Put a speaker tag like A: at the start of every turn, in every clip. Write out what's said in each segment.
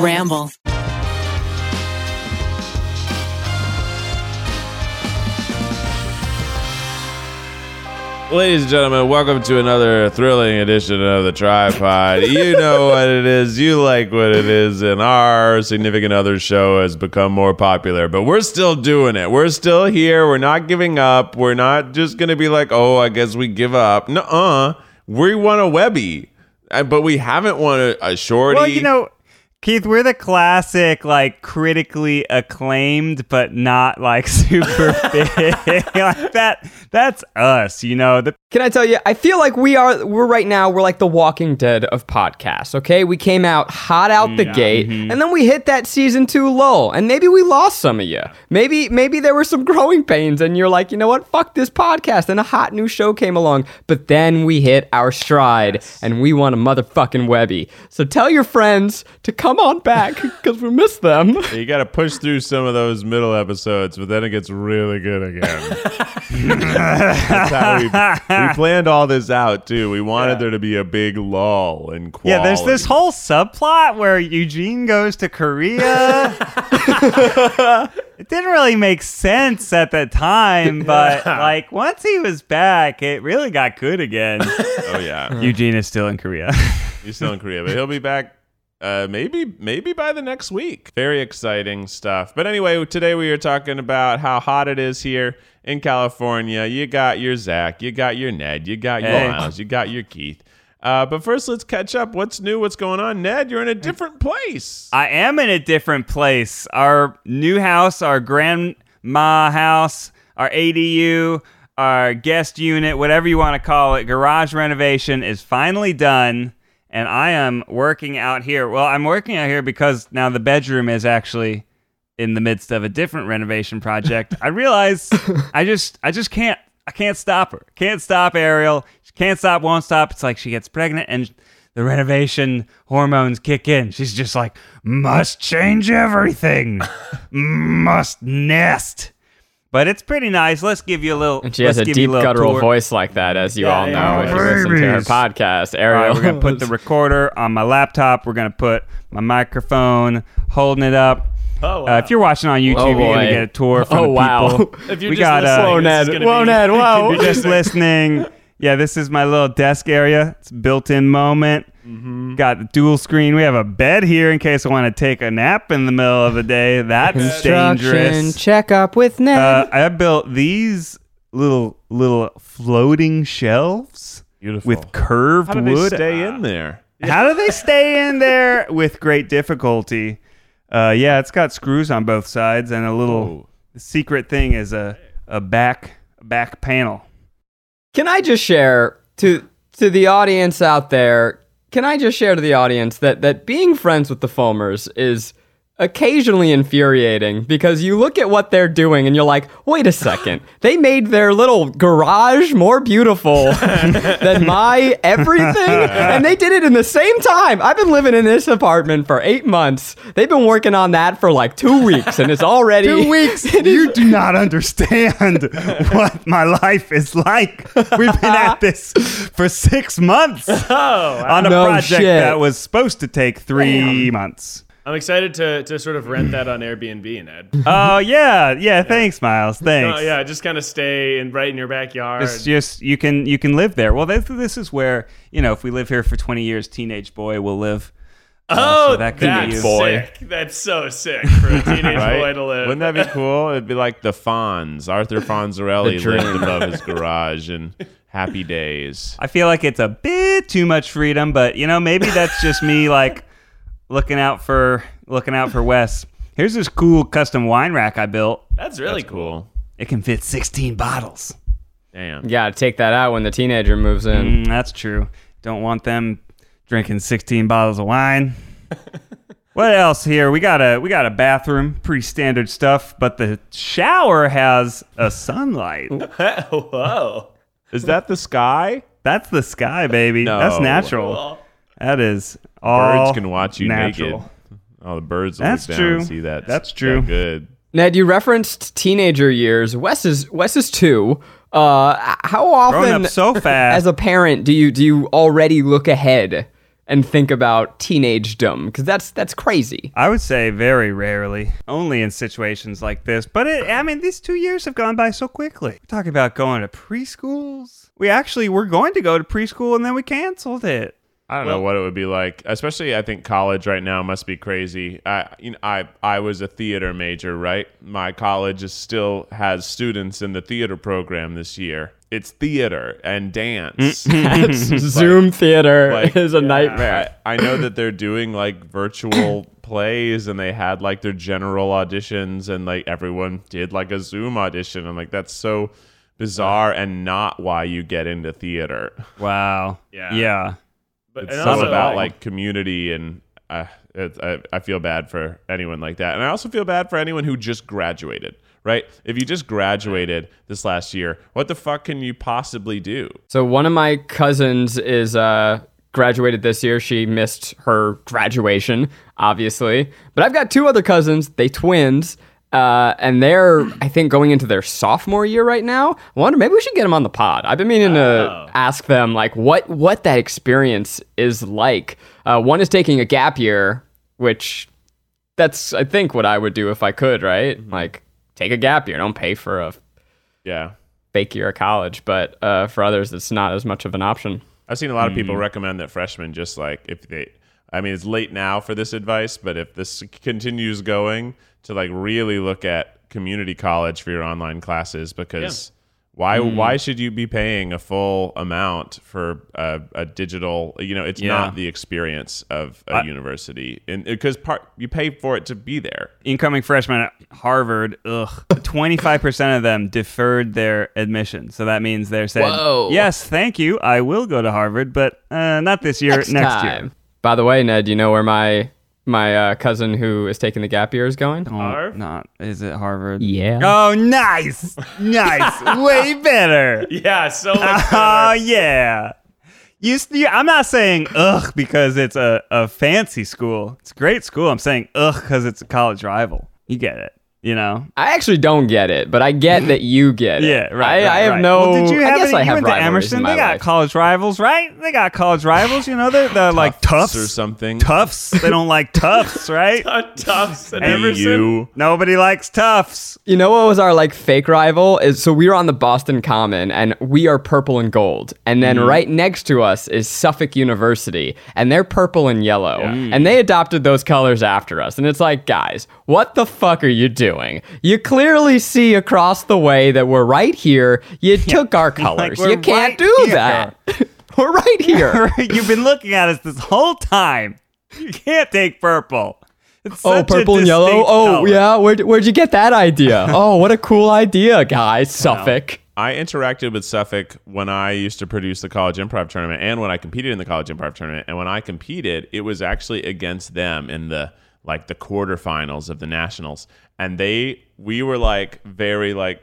A: Ramble.
B: Ladies and gentlemen, welcome to another thrilling edition of the Tripod. you know what it is, you like what it is, and our significant other show has become more popular, but we're still doing it. We're still here. We're not giving up. We're not just going to be like, oh, I guess we give up. Nuh uh. We want a Webby, Uh, but we haven't won a, a shorty.
C: Well, you know, Keith, we're the classic, like critically acclaimed, but not like super big. like that. That's us. You know, the
D: Can I tell you? I feel like we are. We're right now. We're like the Walking Dead of podcasts. Okay, we came out hot out the gate,
C: mm-hmm.
D: and then we hit that season two lull, and maybe we lost some of you. Maybe maybe there were some growing pains, and you're like, you know what? Fuck this podcast, and a hot new show came along. But then we hit our stride, and we want a motherfucking Webby. So tell your friends to come on back because we miss them.
B: you got to push through some of those middle episodes, but then it gets really good again. That's how we, we planned all this out too. We wanted there to be a big lull and quality.
C: yeah. There's this whole subplot where Eugene goes to Korea. it didn't really make sense at the time, but like once he was back, it really got good again.
B: Oh yeah,
C: Eugene is still in Korea.
B: he's still in Korea, but he'll be back. Uh, maybe maybe by the next week. Very exciting stuff. But anyway, today we are talking about how hot it is here in California. You got your Zach, you got your Ned, you got your
C: Hey.
B: Miles, you got your Keith. Uh, but first, let's catch up. What's new? What's going on? Ned, you're in a different place.
C: I am in a different place. Our new house, our grandma house, our ADU, our guest unit, whatever you want to call it, garage renovation is finally done. And I am working out here. Well, I'm working out here because now the bedroom is actually in the midst of a different renovation project. I realize I just I just can't I can't stop her. Can't stop Ariel. She can't stop, won't stop. It's like she gets pregnant and the renovation hormones kick in. She's just like, must change everything. must nest. But it's pretty nice. Let's give you a little
D: She has
C: let's
D: a
C: give you
D: deep
C: little
D: guttural
C: tour.
D: voice like that, as you all know
C: yeah,
D: if you listen to her
C: babies.
D: podcast.
C: All
D: Ariel,
C: right, we're gonna put the recorder on my laptop. We're gonna put my microphone holding it up.
E: Oh,
C: Uh, if you're watching on YouTube, you're gonna
D: boy.
C: get a tour from
D: Oh,
C: the
D: wow.
C: people.
E: If you're
C: we
E: just
C: got
E: listening,
C: uh,
E: Whoa, Ned.
D: Ned, whoa, Ned, whoa.
C: you're just listening. Yeah, this is my little desk area. It's built-in moment. Got the dual screen. We have a bed here in case I want to take a nap in the middle of the day. That's dangerous.
D: checkup with Ned.
C: Uh, I built these little little floating shelves
B: Beautiful.
C: with curved
B: How do they
C: wood.
B: stay in there?
C: How do they stay in there with great difficulty? Uh, yeah, it's got screws on both sides, and a little secret thing is a a back back panel.
D: Can I just share to to the audience out there? Can I just share to the audience that that being friends with the Fulmers is occasionally infuriating because you look at what they're doing and you're like, wait a second, they made their little garage more beautiful than my everything, and they did it in the same time. I've been living in this apartment for eight months. They've been working on that for like two weeks, and it's already
C: weeks. you do not understand what my life is like. We've been at this for six months on a
D: No
C: project
D: shit.
C: that was supposed to take three months.
E: I'm excited to, to sort of rent that on Airbnb, Ned.
C: Oh yeah, yeah. Thanks, Miles. Thanks.
E: Uh, yeah, just kind of stay and right in your backyard.
C: It's just you can you can live there. Well, this, this is where you know if we live here for 20 years, teenage boy will live. Uh,
E: oh,
C: so that could be
E: that's
C: you.
B: Boy.
E: sick. That's so sick for a teenage boy uh,
B: Right?
E: to live.
B: Wouldn't that be cool? It'd be like the Fonz. Arthur Fonzarelli
D: The dream.
B: lived above his garage in Happy Days.
C: I feel like it's a bit too much freedom, but you know maybe that's just me like looking out for looking out for Wes. Here's this cool custom wine rack I built.
E: that's really cool.
B: Cool.
C: It can fit 16 bottles.
B: Damn.
D: You gotta take that out when the teenager moves in.
C: Mm, that's true. Don't want them drinking 16 bottles of wine. what else here? We got a we got a bathroom, pretty standard stuff, but the shower has a sunlight.
E: Whoa.
B: Is that the sky?
C: That's the sky, baby.
B: No.
C: That's natural.
E: Cool.
C: That is all
B: Birds can watch you
C: natural.
B: naked. Oh, the birds will
C: That's
B: look down
C: true.
B: and see that.
C: That's
B: that
C: true.
B: good.
D: Ned, you referenced teenager years. Wes is Wes is two. Uh, how
C: Growing
D: often,
C: up so fast.
D: as a parent, do you do you already look ahead and think about teenagedom because that's that's crazy.
C: I would say very rarely, only in situations like this. But it, I mean, these two years have gone by so quickly. We're talking about going to preschools. We actually were going to go to preschool and then we canceled it.
B: I don't know what it would be like. Especially, I think college right now must be crazy. I, you know, I, I was a theater major, right? My college is still has students in the theater program this year. It's theater and dance.
C: Mm-hmm.
B: It's like-
D: Zoom theater
B: like-
D: is a
B: I,
D: nightmare.
B: I know that they're doing like virtual plays and they had like their general auditions and like everyone did like a Zoom audition. I'm like, that's so bizarre and not why you get into theater.
C: Wow.
E: Yeah.
C: Yeah.
E: But
B: It's
E: and
B: all
E: also,
B: about like community and uh, it, I, I feel bad for anyone like that. And I also feel bad for anyone who just graduated. Right? If you just graduated this last year, what the fuck can you possibly do?
D: So one of my cousins is uh, graduated this year. She missed her graduation, obviously. But I've got two other cousins. They twins, uh, and they're I think going into their sophomore year right now. I wonder maybe we should get them on the pod. I've been meaning to ask them like what what that experience is like. Uh, one is taking a gap year, which that's I think what I would do if I could. Right? Like take a gap year. Don't pay for a
B: Yeah.
D: fake year of college, but uh, for others, it's not as much of an option.
B: I've seen a lot of people recommend that freshmen just like if they I mean it's late now for this advice, but if this continues going to like really look at community college for your online classes because why why should you be paying a full amount for a, a digital you know it's not the experience of a university and because part you pay for it to be there
C: Incoming freshmen at Harvard, ugh, 25% of them deferred their admission. So that means they're saying,
D: Whoa.
C: yes, thank you. I will go to Harvard, but uh, not this year, next, year.
D: By the way, Ned, you know where my my uh, cousin who is taking the gap year is going?
C: Oh,
E: Harv?
C: Not. Is it Harvard?
D: Yeah.
C: Oh, nice. Nice. Way better.
E: yeah, so much
C: Oh
E: better.
C: yeah. You, s- you, I'm not saying ugh because it's a, a fancy school. It's a great school. I'm saying ugh because it's a college rival. You get it. You know.
D: I actually don't get it, but I get that you get it.
C: Yeah. Right.
D: I, I
C: right,
D: have
C: right.
D: no.
C: Well, did you have
D: I guess
C: any,
D: I
C: you
D: have
C: went to
D: rivalries
C: Emerson.
D: In my
C: they got
D: life.
C: college rivals, right? They got college rivals. You know, they're, they're like Tufts
B: or something
C: Tufts. They don't like Tufts, right?
E: Tufts and
C: Hey,
E: Emerson.
B: you
C: Nobody likes Tufts.
D: You know what was our like fake rival is so we were on the Boston Common and we are purple and gold and
C: Mm-hmm.
D: then right next to us is Suffolk University and they're purple and yellow and they adopted those colors after us and it's like guys what the fuck are you doing you clearly see across the way that we're right here you took our colors
C: we're
D: you
C: right
D: can't do
C: here.
D: that we're right here
C: You've been looking at us this whole time. You can't take purple. It's
D: oh
C: such a
D: purple and yellow
C: distinct
D: oh
C: color.
D: yeah where'd, where'd you get that idea oh what a cool idea guys Suffolk.
B: I interacted with Suffolk when I used to produce the college improv tournament and when I competed in the college improv tournament. And when I competed, it was actually against them in the like the quarterfinals of the nationals. And they we were like very like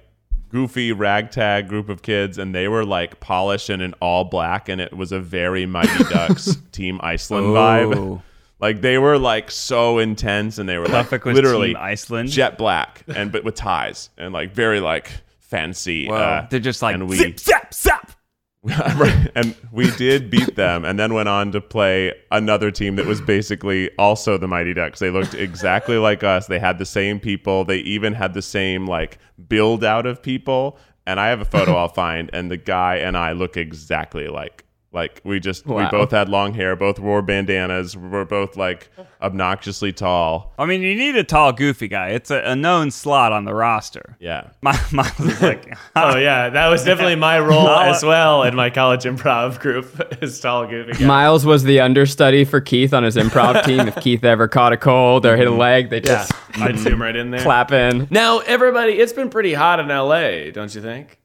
B: goofy ragtag group of kids and they were like polished and in all black and it was a very mighty ducks team
D: Oh,
B: Iceland vibe.
C: Ooh.
B: Like they were like so intense and they were like
C: Suffolk was
B: literally
C: Team Iceland?
B: jet black and but with ties and like very like fancy
C: Uh,
B: uh,
C: they're just like
B: and we
C: zip, zap, zap.
B: Right. and we did beat them, and then went on to play another team that was basically also the Mighty Ducks. They looked exactly like us. They had the same people. They even had the same like build out of people. And I have a photo I'll find, and the guy and I look exactly alike. Like we just we
D: Wow.
B: both had long hair, both wore bandanas, we're both like obnoxiously tall.
C: I mean, you need a tall, goofy guy. It's a, a known slot on the roster.
B: Yeah.
C: My Miles is like,
E: Oh yeah, that was definitely my role as well in my college improv group. Is tall goofy. guy.
D: Miles was the understudy for Keith on his improv team. if Keith ever caught a cold or hit a leg, they
E: yeah,
D: just
E: I'd zoom right in there.
D: clap in.
E: Now everybody, it's been pretty hot in L.A., don't you think?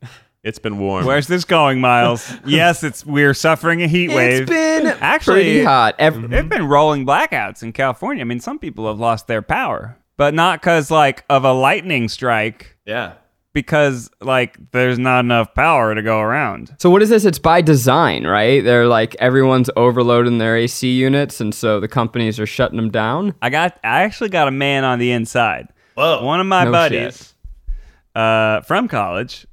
B: It's been warm.
C: "Where's this going, Miles?" yes, it's we're suffering a heat wave.
D: It's been
C: Actually- mm-hmm.
D: pretty hot. Ev-
C: There've been rolling blackouts in California. I mean, some people have lost their power, but not because like of a lightning strike,
E: Yeah.
C: because like there's not enough power to go around.
D: So what is this? It's by design, right? They're like everyone's overloading their AC units, and so the companies are shutting them down.
C: I got, I actually got a man on the inside.
E: Whoa.
C: One of my
D: No
C: buddies uh, from college,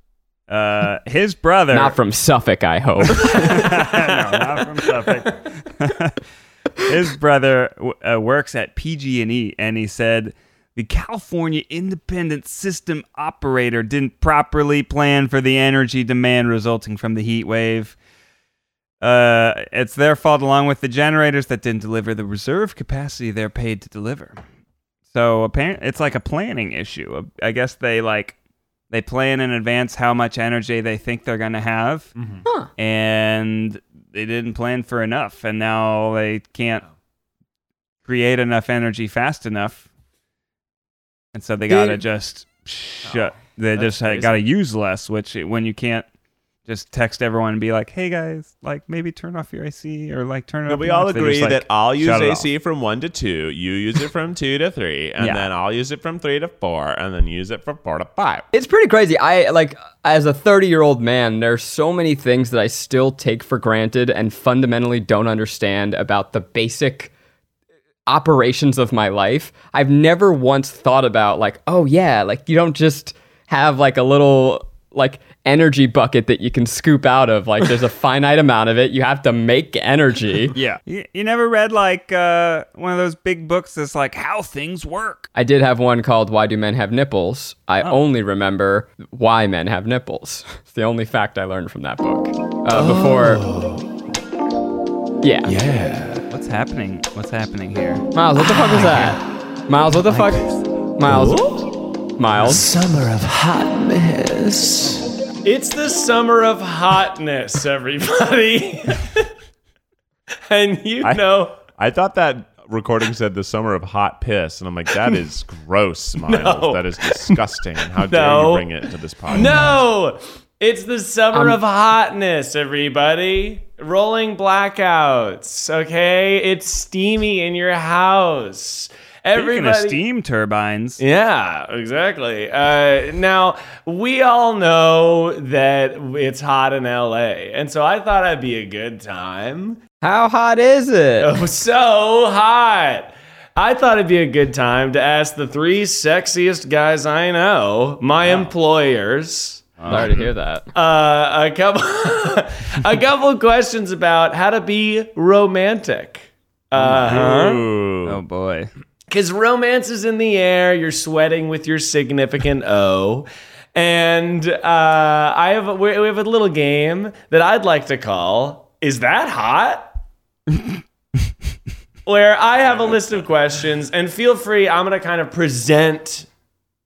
C: uh, his brother,
D: Not from Suffolk, I hope.
C: no, not from Suffolk. his brother w- uh, works at PG&E, and he said the California Independent System Operator didn't properly plan for the energy demand resulting from the heat wave. Uh, it's their fault, along with the generators that didn't deliver the reserve capacity they're paid to deliver. So apparently, it's like a planning issue. Uh, I guess they like they plan in advance how much energy they think they're going to have, and they didn't plan for enough, and now they can't create enough energy fast enough, and so they got to
D: Dude.
C: just shut. they
E: that's
C: just got to use less, which it- when you can't just text everyone and be like, "Hey guys, like maybe turn off your AC or like turn it."
B: But
C: up
B: we
C: a
B: all
C: notch." They just,
B: agree
C: like,
B: that I'll use
C: shut it
B: AC from one to two, you use it from two to three, and
C: Yeah.
B: then I'll use it from three to four, and then use it from four to five.
D: It's pretty crazy. I like as a 30-year-old man, there's so many things that I still take for granted and fundamentally don't understand about the basic operations of my life. I've never once thought about like, oh yeah, like you don't just have like a little like energy bucket that you can scoop out of. Like there's a finite amount of it. You have to make energy.
C: Yeah. You, you never read like uh, one of those big books that's like how things work.
D: I did have one called Why Do Men Have Nipples? I only remember why men have nipples. It's the only fact I learned from that book. Uh, before. Yeah.
C: What's happening? What's happening here?
D: Miles, what the fuck was that? Miles, what the fuck? Miles. Miles.
A: Summer of hotness.
E: It's the summer of hotness, everybody. and you
B: I-
E: know,
B: I thought that recording said the summer of hot piss, and I'm like, that is gross, Miles.
E: No.
B: That is disgusting. And how dare
E: No.
B: you bring it to this podcast?
E: no, it's the summer of hotness, everybody. Rolling blackouts, okay? It's steamy in your house.
C: Speaking of
E: Everybody,
C: steam turbines,
E: Yeah, exactly. Uh, now, we all know that it's hot in LA, and so I thought I'd be a good time.
D: How hot is it?
E: Oh, so hot. I thought it'd be a good time to ask the three sexiest guys I know, my employers,
D: Sorry to hear that.
E: uh, a couple, a couple questions about how to be romantic. Uh-huh.
B: Ooh.
C: oh boy,
E: Because romance is in the air. You're sweating with your significant O. And uh, I have we we have a little game that I'd like to call "Is that hot?" Where I have a list of questions, and feel free. I'm gonna kind of present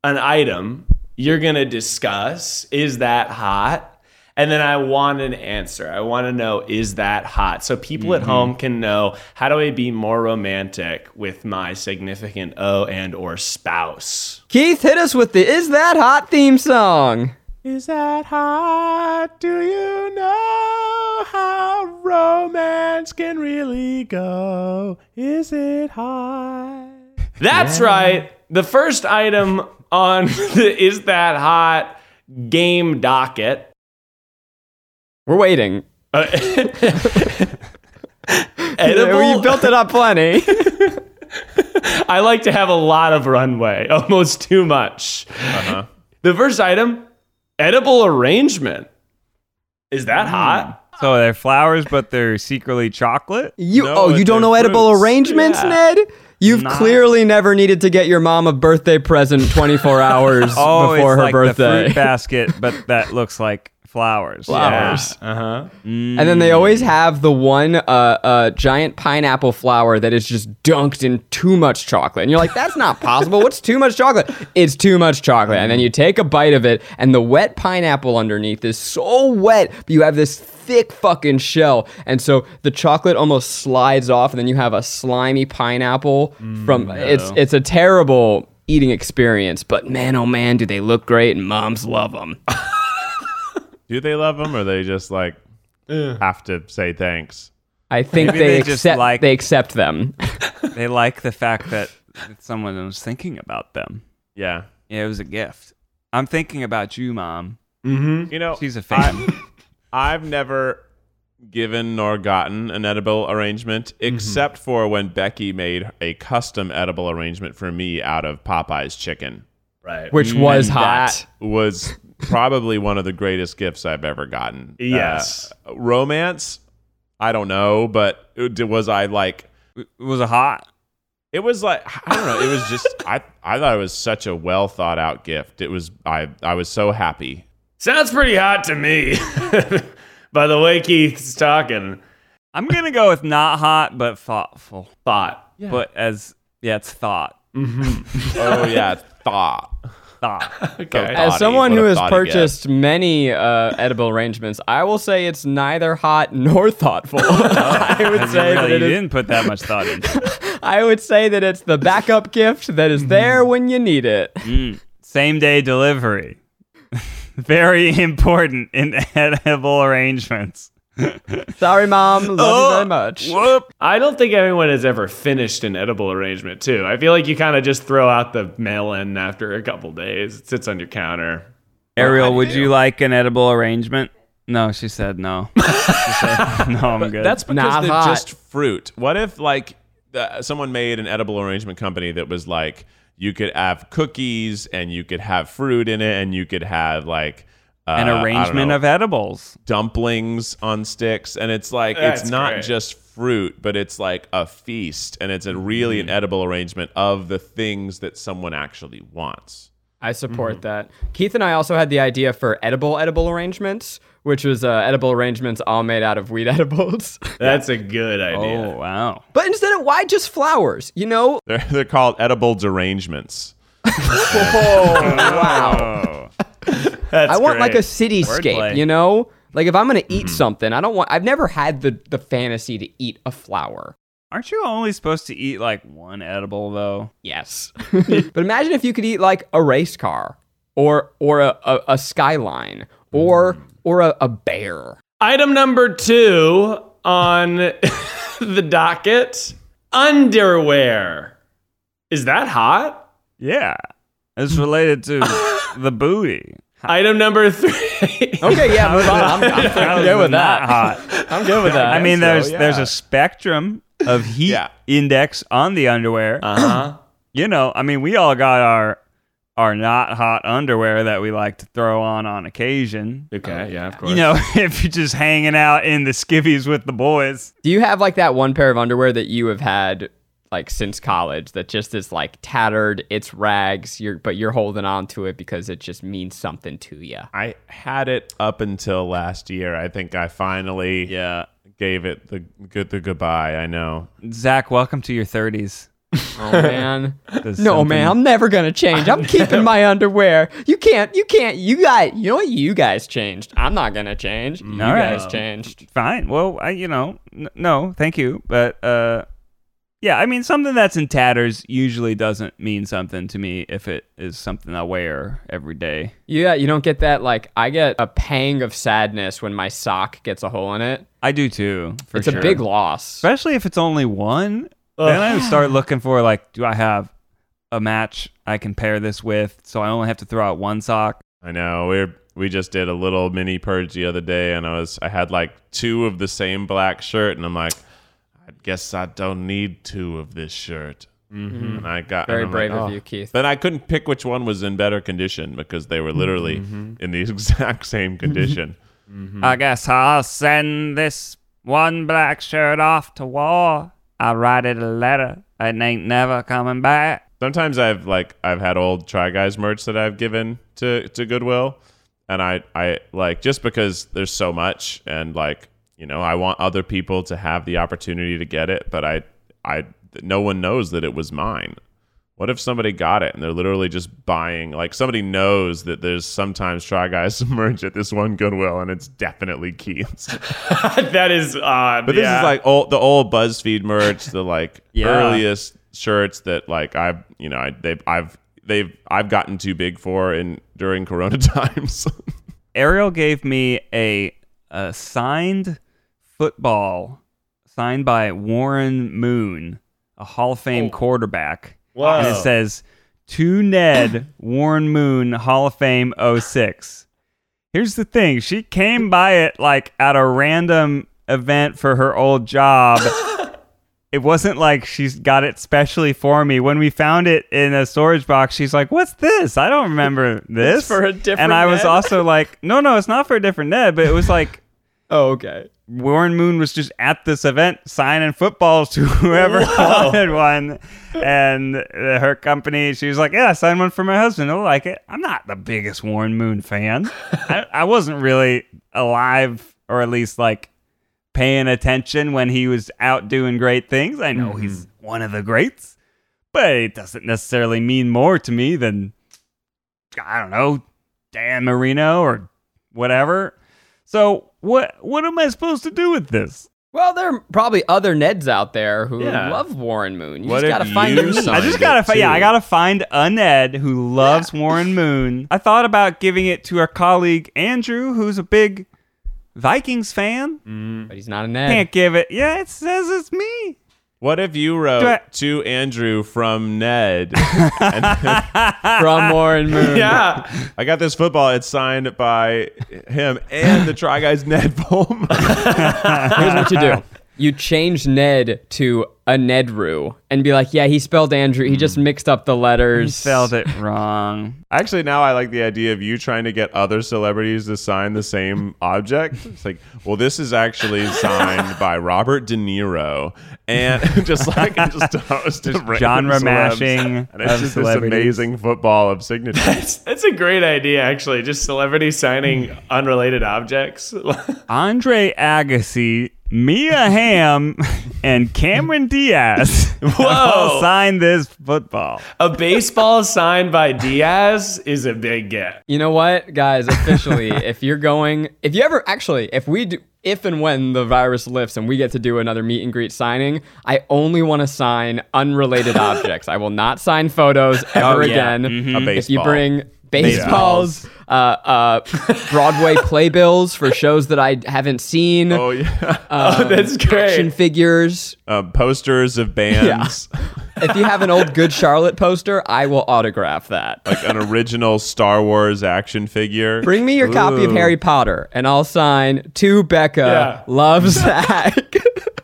E: an item you're gonna discuss. Is that hot? And then I want an answer. I want to know is that hot? So people
B: Mm-hmm.
E: at home can know how do I be more romantic with my significant O and or spouse?
D: Keith, hit us with the Is That Hot theme song.
B: Is that hot? Do you know how romance can really go? Is it hot?
E: That's right. The first item on the is that hot game docket.
D: We're waiting.
E: Uh, edible.
D: We built it up plenty.
E: I like to have a lot of runway, almost too much.
B: Uh-huh.
E: The first item, edible arrangement. Is
C: Mm.
E: that hot?
C: so they're flowers, but they're secretly chocolate.
D: You
B: No,
D: oh, you
B: it's
D: don't
B: their
D: know edible
B: fruits.
D: arrangements,
E: Yeah.
D: Ned? You've
C: Nah.
D: clearly never needed to get your mom a birthday present 24 hours
C: Oh,
D: before
C: it's
D: her
C: like the
D: birthday.
C: fruit basket, but that looks like flowers.
D: Flowers.
E: Uh huh.
D: And then they always have the one uh, uh, giant pineapple flower that is just dunked in too much chocolate. And you're like, that's not possible. What's too much chocolate? It's too much chocolate. And then you take a bite of it, and the wet pineapple underneath is so wet, but you have this thick fucking shell. And so the chocolate almost slides off, and then you have a slimy pineapple
C: Mm,
D: from it's it's a terrible eating experience, but man oh man, do they look great and moms love them.
B: Do they love him, or they just like have to say thanks?
D: I think
C: Maybe they
D: they,
C: just
D: accept
C: like-
D: they accept them.
C: They like the fact that someone was thinking about them.
B: Yeah,
C: Yeah, it was a gift. I'm thinking about you, mom.
B: you know,
C: She's a fan.
B: I've never given nor gotten an edible arrangement except for when Becky made a custom edible arrangement for me out of Popeye's chicken.
E: Right.
D: which was hot.
B: That was probably one of the greatest gifts I've ever gotten.
E: Yes.
B: Uh, romance, I don't know, but it- was I like
C: was it hot?
B: It was like I don't know. It was just I I thought it was such a well thought out gift. It was I I was so happy.
E: Sounds pretty hot to me. By the way, Keith's talking.
C: I'm gonna go with not hot but thoughtful.
E: Thought.
C: But as yeah, it's thought.
B: Oh yeah, thought.
C: Thought.
E: Okay.
B: thought.
D: As
B: Thoughty,
D: someone
B: what
D: who
B: a
D: has
B: thoughty
D: purchased many uh, edible arrangements, I will say it's neither hot nor thoughtful. I would
C: You
D: say that
C: really
D: it is,
C: didn't put that much thought into it.
D: I would say that it's the backup gift that
B: Mm-hmm.
D: is there when you need it.
C: Same day delivery. Very important in edible arrangements.
D: Sorry, mom. Love
B: Oh.
D: you very much.
C: Whoop.
E: I don't think anyone has ever finished an edible arrangement, too. I feel like you kind of just throw out the mail in after a couple days. It sits on your counter.
C: Ariel, would you like an edible arrangement? No, she said no. She said, no, I'm good.
B: That's because
D: Not
B: they're
D: hot.
B: just fruit. What if like uh, someone made an edible arrangement company that was like you could have cookies and you could have fruit in it and you could have like uh,
C: an
B: I don't
C: arrangement
B: know,
C: of edibles.
B: dumplings on sticks and it's like
E: That's
B: it's not
E: great.
B: just fruit but it's like a feast and it's a really
E: Mm.
B: an edible arrangement of the things that someone actually wants.
D: I
B: Mm-hmm.
D: support that. Keith and I also had the idea for edible edible arrangements, which was uh, edible arrangements all made out of weed edibles.
E: That's a good idea.
C: Oh wow.
D: but instead of why just flowers? You know,
B: They're they're called edible derangements.
C: Oh.
E: That's
D: I want like a
E: great.
D: cityscape.
C: Wordplay.
D: You know, like if I'm gonna eat something, I don't want. I've never had the the fantasy to eat a flower.
C: Aren't you only supposed to eat like one edible though?
D: Yes, but imagine if you could eat like a race car, or or a a, a skyline, or or a, a bear.
E: Item number two on the docket underwear. Is that hot?
C: Yeah. It's related to the booty.
E: Item number three.
D: Okay, yeah, move on. I'm, I'm,
C: That was
D: good with
C: not
D: that.
C: hot.
D: I'm good with that.
C: I mean, there's
B: yeah.
C: there's a spectrum of heat
B: Yeah.
C: index on the underwear.
E: Uh-huh.
C: you know, I mean, we all got our our not hot underwear that we like to throw on on occasion.
E: Okay, yeah, of course.
C: You know, if you're just hanging out in the skivvies with the boys.
D: Do you have like that one pair of underwear that you have had like since college that just is like tattered, it's rags, you're but you're holding on to it because it just means something to you.
B: I had it up until last year. I think I finally
C: Yeah.
B: gave it the good the goodbye. I know.
C: Zach, welcome to your 30s.
D: Oh man.
C: There's
D: no
C: something-
D: man, I'm never gonna change. I'm keeping my underwear. You can't you can't you got you know what you guys changed. I'm not gonna change.
B: Mm.
D: You
C: All right.
D: guys changed.
C: Fine. Well, I, you know, n- no, thank you. But uh, yeah, I mean, something that's in tatters usually doesn't mean something to me if it is something I wear every day.
D: Yeah, you don't get that like I get a pang of sadness when my sock gets a hole in it.
C: I do too. For
D: it's
C: sure.
D: a big loss.
C: especially if it's only one. Then I would start looking for like, do I have a match I can pair this with, so I only have to throw out one sock.
B: I know. We're we just did a little mini purge the other day, and I was I had like two of the same black shirt, and I'm like, I guess I don't need two of this shirt. Mm-hmm. And I got
D: Very
B: and I'm
D: brave
B: like,
D: of
B: "Oh."
D: you, Keith.
B: Then I couldn't pick which one was in better condition because they were literally
D: Mm-hmm.
B: in the exact same condition.
D: Hmm.
C: I guess I'll send this one black shirt off to war. I write it a letter. It ain't never coming back.
B: Sometimes I've like I've had old Try Guys merch that I've given to to Goodwill, and I I like just because there's so much and like you know I want other people to have the opportunity to get it, but I I no one knows that it was mine. What if somebody got it and they're literally just buying? Like somebody knows that there's sometimes Try Guys merch at this one Goodwill, and it's definitely Keith's.
E: that is odd.
B: But this is like old, the old BuzzFeed merch, the like
C: Yeah.
B: earliest shirts that like I've you know I they I've they've I've gotten too big for in during Corona times.
C: Ariel gave me a, a signed football signed by Warren Moon, a Hall of Fame quarterback.
E: Wow.
C: And it says, To Ned, Warren Moon, Hall of Fame 06. Here's the thing she came by it like at a random event for her old job. It wasn't like she's got it specially for me. When we found it in a storage box, she's like, "What's this? I don't remember this."
E: for a different
C: And I was
E: Ned.
C: also like, "No, no, it's not for a different Ned, but it was like
D: Oh, okay.
C: Warren Moon was just at this event signing footballs to whoever wanted one. And uh, her company, she was like, Yeah, I signed one for my husband. He'll like it. I'm not the biggest Warren Moon fan. I, I wasn't really alive or at least like paying attention when he was out doing great things. I know he's one of the greats, but it doesn't necessarily mean more to me than I don't know, Dan Marino or whatever. So what what am I supposed to do with this?
D: Well, there are probably other Neds out there who
E: Yeah.
D: love Warren Moon. You
B: What
D: just gotta
B: if
D: find
B: you
D: your niche.
B: signed
C: I just
B: it
C: gotta fi- yeah,
B: too?
C: I gotta find a Ned who loves Warren Moon. I thought about giving it to our colleague Andrew, who's a big Vikings fan.
D: But he's not a Ned.
C: Can't give it. Yeah, it says it's me.
B: What if you wrote
C: Do I-
B: to Andrew from Ned?
D: from Warren Moon.
E: Yeah.
B: I got this football. It's signed by him and the Try Guys Ned Bohm.
D: Here's what you do. You change Ned to a Nedru and be like, yeah, he spelled Andrew. He just mixed up the letters.
C: Spelled it wrong.
B: Actually, now I like the idea of you trying to get other celebrities to sign the same object. It's like, well, this is actually signed by Robert De Niro, and just like and just a host of random
C: genre
B: celebs.
C: mashing
B: and it's
C: of
B: just this
C: celebrities.
B: amazing football of signatures.
E: That's, that's a great idea, actually. Just celebrities signing unrelated objects.
C: Andre Agassi, Mia Hamm, and Cameron Diaz all signed this football.
E: a baseball signed by Diaz is a big get.
D: You know what, guys? Officially, if you're going, if you ever actually, if we do, if and when the virus lifts and we get to do another meet and greet signing, I only want to sign unrelated objects. I will not sign photos ever
E: yeah.
D: again.
B: A
D: If you
B: baseball.
D: bring baseballs, uh, uh, Broadway playbills for shows that I haven't seen,
B: oh yeah,
E: oh, that's
D: action
E: great.
D: figures.
B: uh, posters of bands,
D: If you have an old Good Charlotte poster, I will autograph that.
B: like an original Star Wars action figure.
D: Bring me your copy of
B: Ooh.
D: Harry Potter, and I'll sign to
E: Yeah.
D: Becca loves Zach.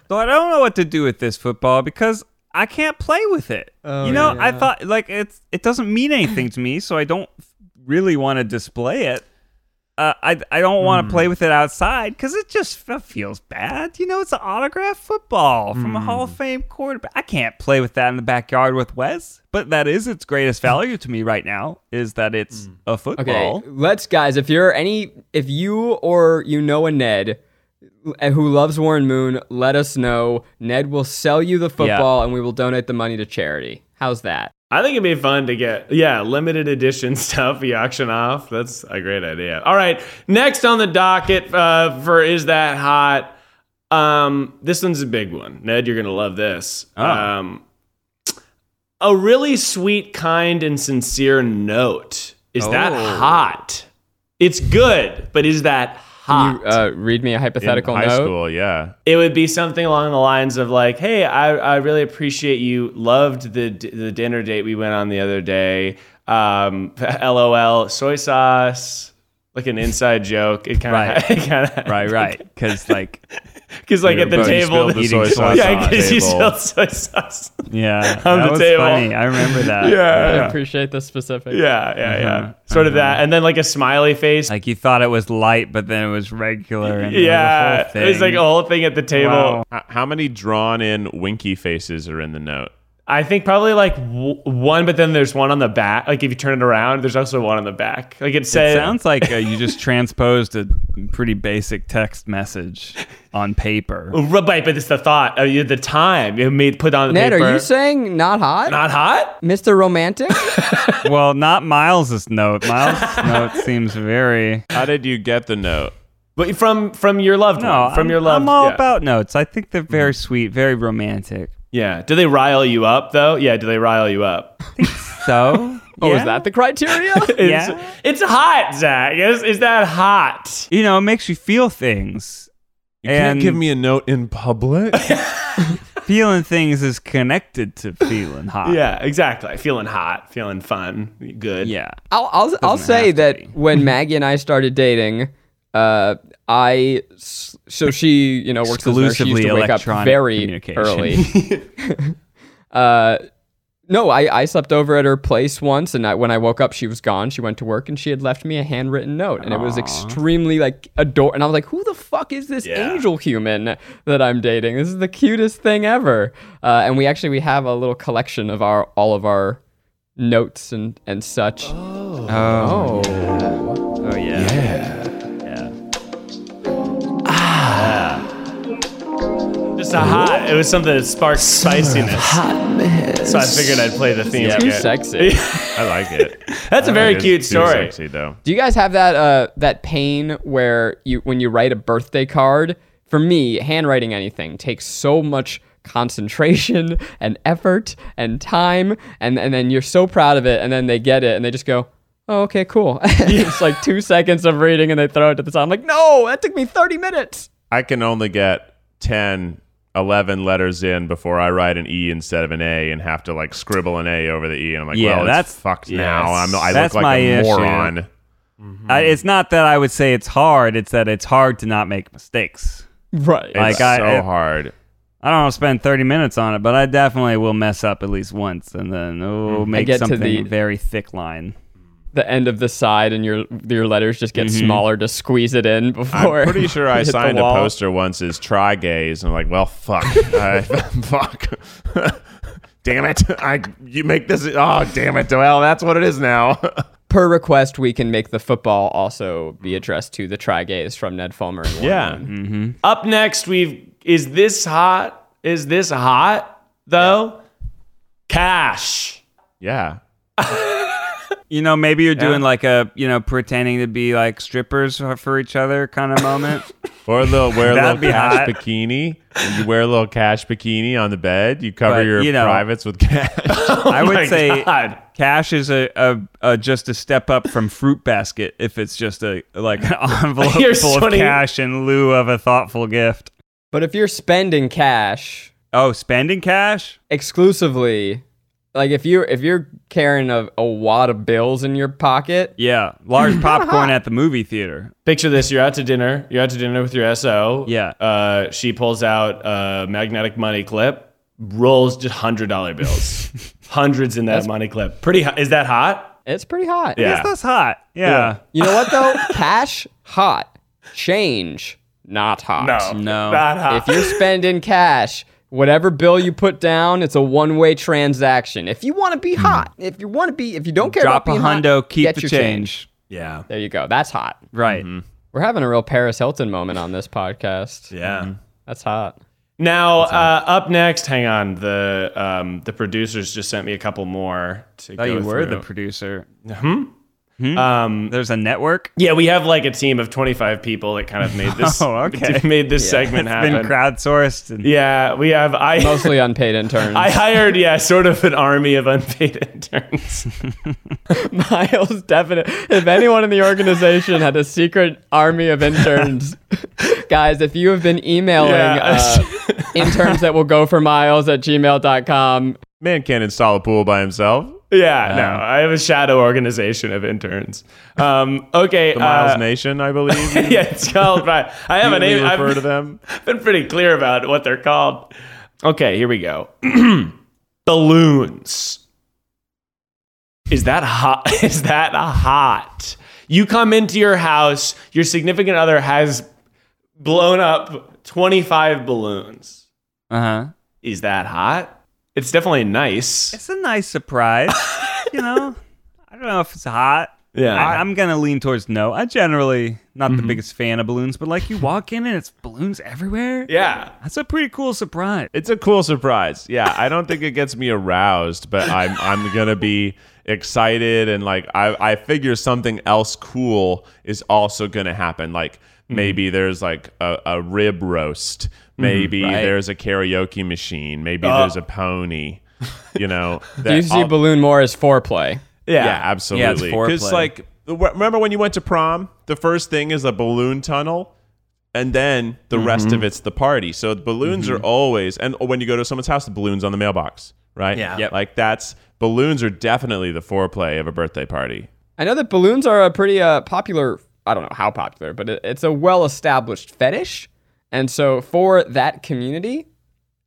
C: So I don't know what to do with this football because I can't play with it.
E: Oh,
C: you know, I thought like it's it doesn't mean anything to me, so I don't really want to display it. Uh, I I don't want to play
E: Hmm.
C: with it outside because it just f- feels bad. You know, it's an autograph football from a
E: Hmm.
C: Hall of Fame quarterback. I can't play with that in the backyard with Wes, but that is its greatest value to me right now is that it's
E: Hmm.
C: a
D: okay,
C: football.
D: let's guys. If you're any, if you or you know a Ned eh, who loves Warren Moon, let us know. Ned will sell you the football, and we will donate the money to charity. How's that?
E: I think it'd be fun to get, yeah, limited edition stuff you auction off. That's a great idea. All right. Next on the docket uh, for Is That Hot? Um, this one's a big one. Ned, you're going to love this. Um, a really sweet, kind, and sincere note. Is that hot? It's good, but is that hot?
D: You uh, read me a
B: in
D: hypothetical
B: high
D: note.
B: school. Yeah,
E: it would be something along the lines of like, "Hey, I, I really appreciate you. Loved the the dinner date we went on the other day. Um, LOL, soy sauce." Like an inside joke. It kind of,
C: Right.
E: it kind of,
C: Right, right. Because like,
E: Because like at the
B: But you
E: table,
B: spilled the soy
C: eating soy
B: sauce.
C: sauce
E: yeah,
B: on the
E: because you
B: table.
E: spilled soy sauce.
C: yeah,
E: On
C: that
E: the
C: was
E: table.
C: funny. I remember that.
D: I
E: yeah,
D: appreciate the specific.
E: yeah, yeah, yeah. Sort of that, and then like a smiley face.
C: Like you thought it was light, but then it was regular. And the
E: yeah,
C: whole
E: it was like
C: thing.
E: oh, a whole thing at the table.
C: Wow.
B: H- how many drawn-in winky faces are in the note?
E: I think probably like w- one, but then there's one on the back. Like if you turn it around, there's also one on the back. Like it
C: It
E: says,
C: sounds like uh, you just transposed a pretty basic text message on paper.
E: Right, but it's the thought, uh, you- the time you made put on the
D: Ned,
E: paper.
D: are you saying not hot,
E: not hot?
D: Mr. Romantic?
C: Well, not Miles's note. Miles's note seems very
B: How did you get the note?
E: But from from your loved
C: no.
E: one, from
C: I'm,
E: your loved.
C: I'm all
E: yeah. Mm-hmm.
C: about notes. I think they're very sweet, very romantic.
E: Yeah. Do they rile you up though? Yeah. Do they rile you up?
C: So,
D: Oh,
C: yeah,
D: is that the criteria?
E: It's,
C: Yeah.
E: It's hot, Zach. Is, is that hot?
C: you know, it makes you feel things.
B: You
C: And-
B: can't give me a note in public.
C: Feeling things is connected to feeling hot.
E: Yeah. Exactly. Feeling hot. Feeling fun. Good.
C: yeah.
D: I'll I'll, I'll say
C: have to
D: that
C: be.
D: when Maggie and I started dating, uh, I s- so she you know works as a nurse. She used
C: Exclusively
D: to wake up
C: electronic
D: very
C: communication.
D: early. uh, No, I, I slept over at her place once, and I, when I woke up, she was gone. She went to work, and she had left me a handwritten note, and it was extremely like ador. And I was like, "Who the fuck is this
E: Yeah.
D: angel human that I'm dating? This is the cutest thing ever." Uh, and we actually we have a little collection of our all of our notes and and such.
C: Oh,
D: Oh,
C: oh yeah.
E: Just a hot. It was something that sparked spiciness.
A: hotness.
E: So I figured I'd play the theme.
D: too
E: again.
D: sexy.
B: I like it.
E: That's a very cute story.
B: Sexy though.
D: Do you guys have that uh that pain where you when you write a birthday card? For me, handwriting anything takes so much concentration and effort and time and and then you're so proud of it and then they get it and they just go, "Oh, okay, cool." it's like 2 seconds of reading and they throw it to the side. I'm like, "No, that took me 30 minutes."
B: I can only get 10, 11 letters in before I write an E instead of an A and have to like scribble an A over the E. And I'm like,
C: Yeah,
B: well,
C: that's-
B: that's fucked
E: yes.
B: now. I'm, I
C: That's
B: look
C: my
B: like a
C: issue.
B: moron.
C: I, it's not that I would say it's hard. It's that it's hard to not make mistakes.
D: Right.
C: Like,
B: It's
C: I-
B: so
C: it-
B: hard.
C: I don't want to spend 30 minutes on it, but I definitely will mess up at least once and then oh, make
D: get to
C: something
D: the-
C: very thick line.
D: the end of the side and your your letters just get smaller to squeeze it in before
B: Mm-hmm. I'm pretty sure
D: you
B: I
D: hit the
B: signed a
D: wall.
B: poster once as try gays, and I'm like, well, fuck, I, fuck, damn it, I you make this. Oh, damn it, well, that's what it is now.
D: per request, we can make the football also be addressed to the try gays from Ned Fulmer. And Warren Moon.
C: Mm-hmm.
E: Up next, we've is this hot? Is this hot though? Cash.
B: yeah.
C: You know, maybe you're doing like a, you know, pretending to be like strippers for, for each other kind of moment.
B: Or a little wear a little
C: That'd be hot.
B: cash bikini. You wear a little cash bikini on the bed. You cover
C: But,
B: your
C: you know-
B: privates with cash.
C: I
E: my
C: would say
E: God.
C: cash is a, a, a just a step up from fruit basket if it's just a like an envelope
E: You're
C: full of
E: sorta-
C: cash in lieu of a thoughtful gift.
D: But if you're spending cash
C: Oh, spending cash?
D: exclusively, like if you if you're carrying a, a wad of bills in your pocket,
C: Yeah, large popcorn at the movie theater.
E: Picture this: you're out to dinner. You're out to dinner with your SO.
C: Yeah.
E: Uh, she pulls out a magnetic money clip, rolls just hundred dollar bills, hundreds in that money clip. Pretty. Hot. Is that hot?
D: it's pretty hot.
E: Yeah.
C: Yes, that's hot.
E: Yeah.
D: You know what though? cash hot, change not hot.
E: No.
C: No.
E: Not hot.
D: If you're spending cash. Whatever bill you put down, it's a one-way transaction. If you want to be hot, if you want to be, if you don't care
C: Hmm. Drop a
D: about being hot,
C: hundo, keep
D: get
C: the
D: your
C: change.
E: yeah.
D: There you go. That's hot.
C: Right.
D: We're having a real Paris Hilton moment on this podcast.
E: Yeah.
C: Mm-hmm.
D: That's hot.
E: Now, uh, up next, hang on. The um, the producers just sent me a couple more to
C: thought
E: go
C: you were
E: through.
C: the producer. Hmm?
E: um,
C: There's a network.
E: yeah, we have like a team of 25 people that kind of made this
C: Oh, okay.
E: made this segment happen.
C: Been crowdsourced. And
E: yeah, we have I
D: Mostly unpaid interns.
E: I hired yeah, sort of an army of unpaid interns.
D: Miles definite. If anyone in the organization had a secret army of interns, guys, if you have been emailing
E: Yeah.
D: uh, interns that will go for miles at gmail.com,
B: Man can't install a pool by himself.
E: yeah, no, I have a shadow organization of interns. Um, okay,
B: The Miles
E: uh,
B: Nation, I believe. you
E: yeah, it's called. I have a name.
B: usually
E: I've-
B: refer to them.
E: been pretty clear about what they're called. Okay, here we go. Balloons. Is that hot? Is that hot? You come into your house, your significant other has blown up 25 balloons.
C: Uh huh.
E: Is that hot? It's definitely nice.
C: It's a nice surprise. you know, I don't know if it's hot.
E: Yeah.
C: I, I'm gonna lean towards no. I generally not the biggest fan of balloons, but like you walk in and it's balloons everywhere.
E: Yeah.
C: That's a pretty cool surprise.
B: It's a cool surprise. Yeah, I don't think it gets me aroused, but I'm I'm gonna be excited and like I I figure something else cool is also gonna happen. Like maybe there's like a, a rib roast. Maybe there's a karaoke machine. Maybe there's a pony. You know, that
D: you see
B: all-
D: balloon more as foreplay.
B: yeah,
C: Yeah, it's
B: absolutely.
C: foreplay.
B: like the- remember when you went to prom? The first thing is a balloon tunnel. And then the rest of it's the party. So the balloons are always, and when you go to someone's house, the balloons on the mailbox, right?
E: Yeah.
B: yeah. Like that's balloons are definitely the foreplay of a birthday party.
D: I know that balloons are a pretty uh, popular, I don't know how popular, but it, it's a well established fetish. And so for that community,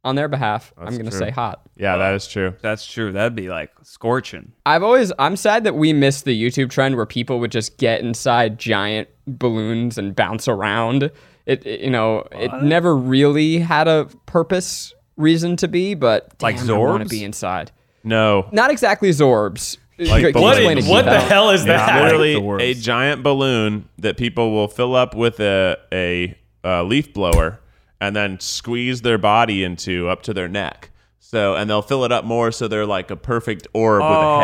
D: on their behalf, I'm going to
B: true.
D: say hot.
B: Yeah, that is true.
C: That's true. That'd be like scorching.
D: I've always I'm sad that we missed the YouTube trend where people would just get inside giant balloons and bounce around. It, it- you know, it never really had a purpose reason to be, but
C: Like
D: damn, I want
C: Zorbs?
D: to be inside.
B: No.
D: Not exactly Zorbs. Like
E: What,
B: Explain
E: is-
B: it,
E: what the hell is
B: It's
E: that?
B: literally
C: Like the worst.
B: a giant balloon that people will fill up with a, a, uh leaf blower and then squeeze their body into up to their neck. So and they'll fill it up more so they're like a perfect orb
C: Oh.
B: with a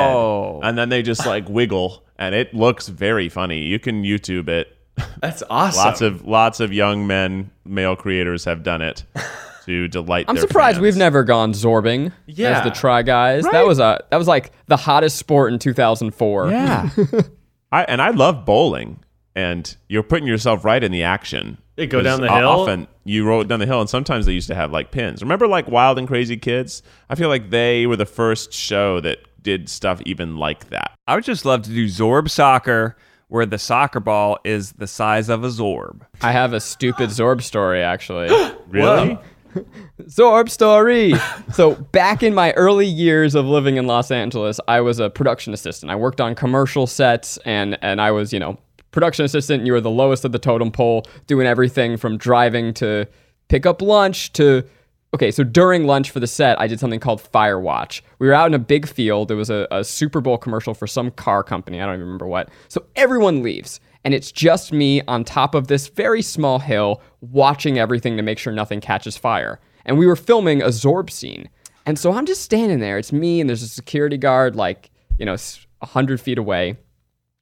B: head. And then they just like wiggle and it looks very funny. You can YouTube it.
E: That's awesome.
B: Lots of lots of young men male creators have done it to delight
D: I'm surprised
B: fans.
D: we've never gone zorbing
E: Yeah.
D: as the try guys. That was a that was like the hottest sport in 2004.
B: Yeah. I and I love bowling, and you're putting yourself right in the action.
E: They go
B: 'Cause
E: down the
B: o-
E: hill?
B: Often you roll down the hill, and sometimes they used to have like pins. Remember, like Wild and Crazy Kids? I feel like they were the first show that did stuff even like that.
C: I would just love to do Zorb soccer where the soccer ball is the size of a Zorb.
D: I have a stupid Zorb story actually.
B: Really?
D: Zorb story. so back in my early years of living in Los Angeles, I was a production assistant. I worked on commercial sets and and I was, you know, production assistant, you were the lowest of the totem pole, doing everything from driving to pick up lunch to Okay, so during lunch for the set, I did something called Fire Watch. We were out in a big field. It was a, a Super Bowl commercial for some car company. I don't even remember what. So everyone leaves, and it's just me on top of this very small hill watching everything to make sure nothing catches fire. And we were filming a Zorb scene. And so I'm just standing there. It's me, and there's a security guard, like, you know, s- 100 feet away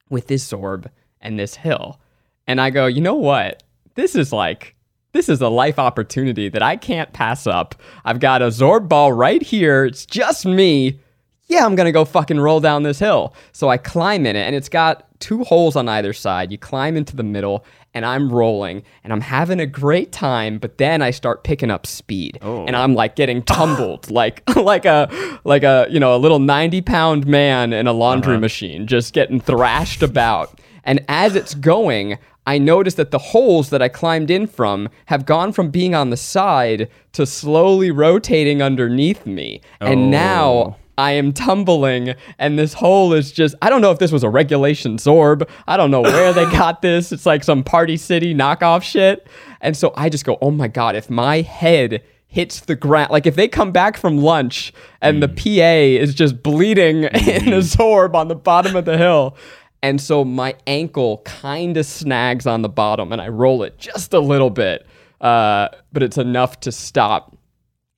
D: with this Zorb and this hill. And I go, you know what? This is like, this is a life opportunity that I can't pass up. I've got a Zorb ball right here. It's just me. Yeah, I'm going to go fucking roll down this hill. So I climb in it, and it's got two holes on either side. You climb into the middle, and I'm rolling, and I'm having a great time, but then I start picking up speed. And I'm like getting tumbled like like a like a, you know, a little 90-pound man in a laundry machine just getting thrashed about. And as it's going, I notice that the holes that I climbed in from have gone from being on the side to slowly rotating underneath me. And now I am tumbling, and this hole is just. I don't know if this was a regulation Zorb. I don't know where they got this. It's like some Party City knockoff shit. And so I just go, oh my God, if my head hits the ground, like if they come back from lunch and the PA is just bleeding in a Zorb on the bottom of the hill. And so my ankle kind of snags on the bottom, and I roll it just a little bit, uh, but it's enough to stop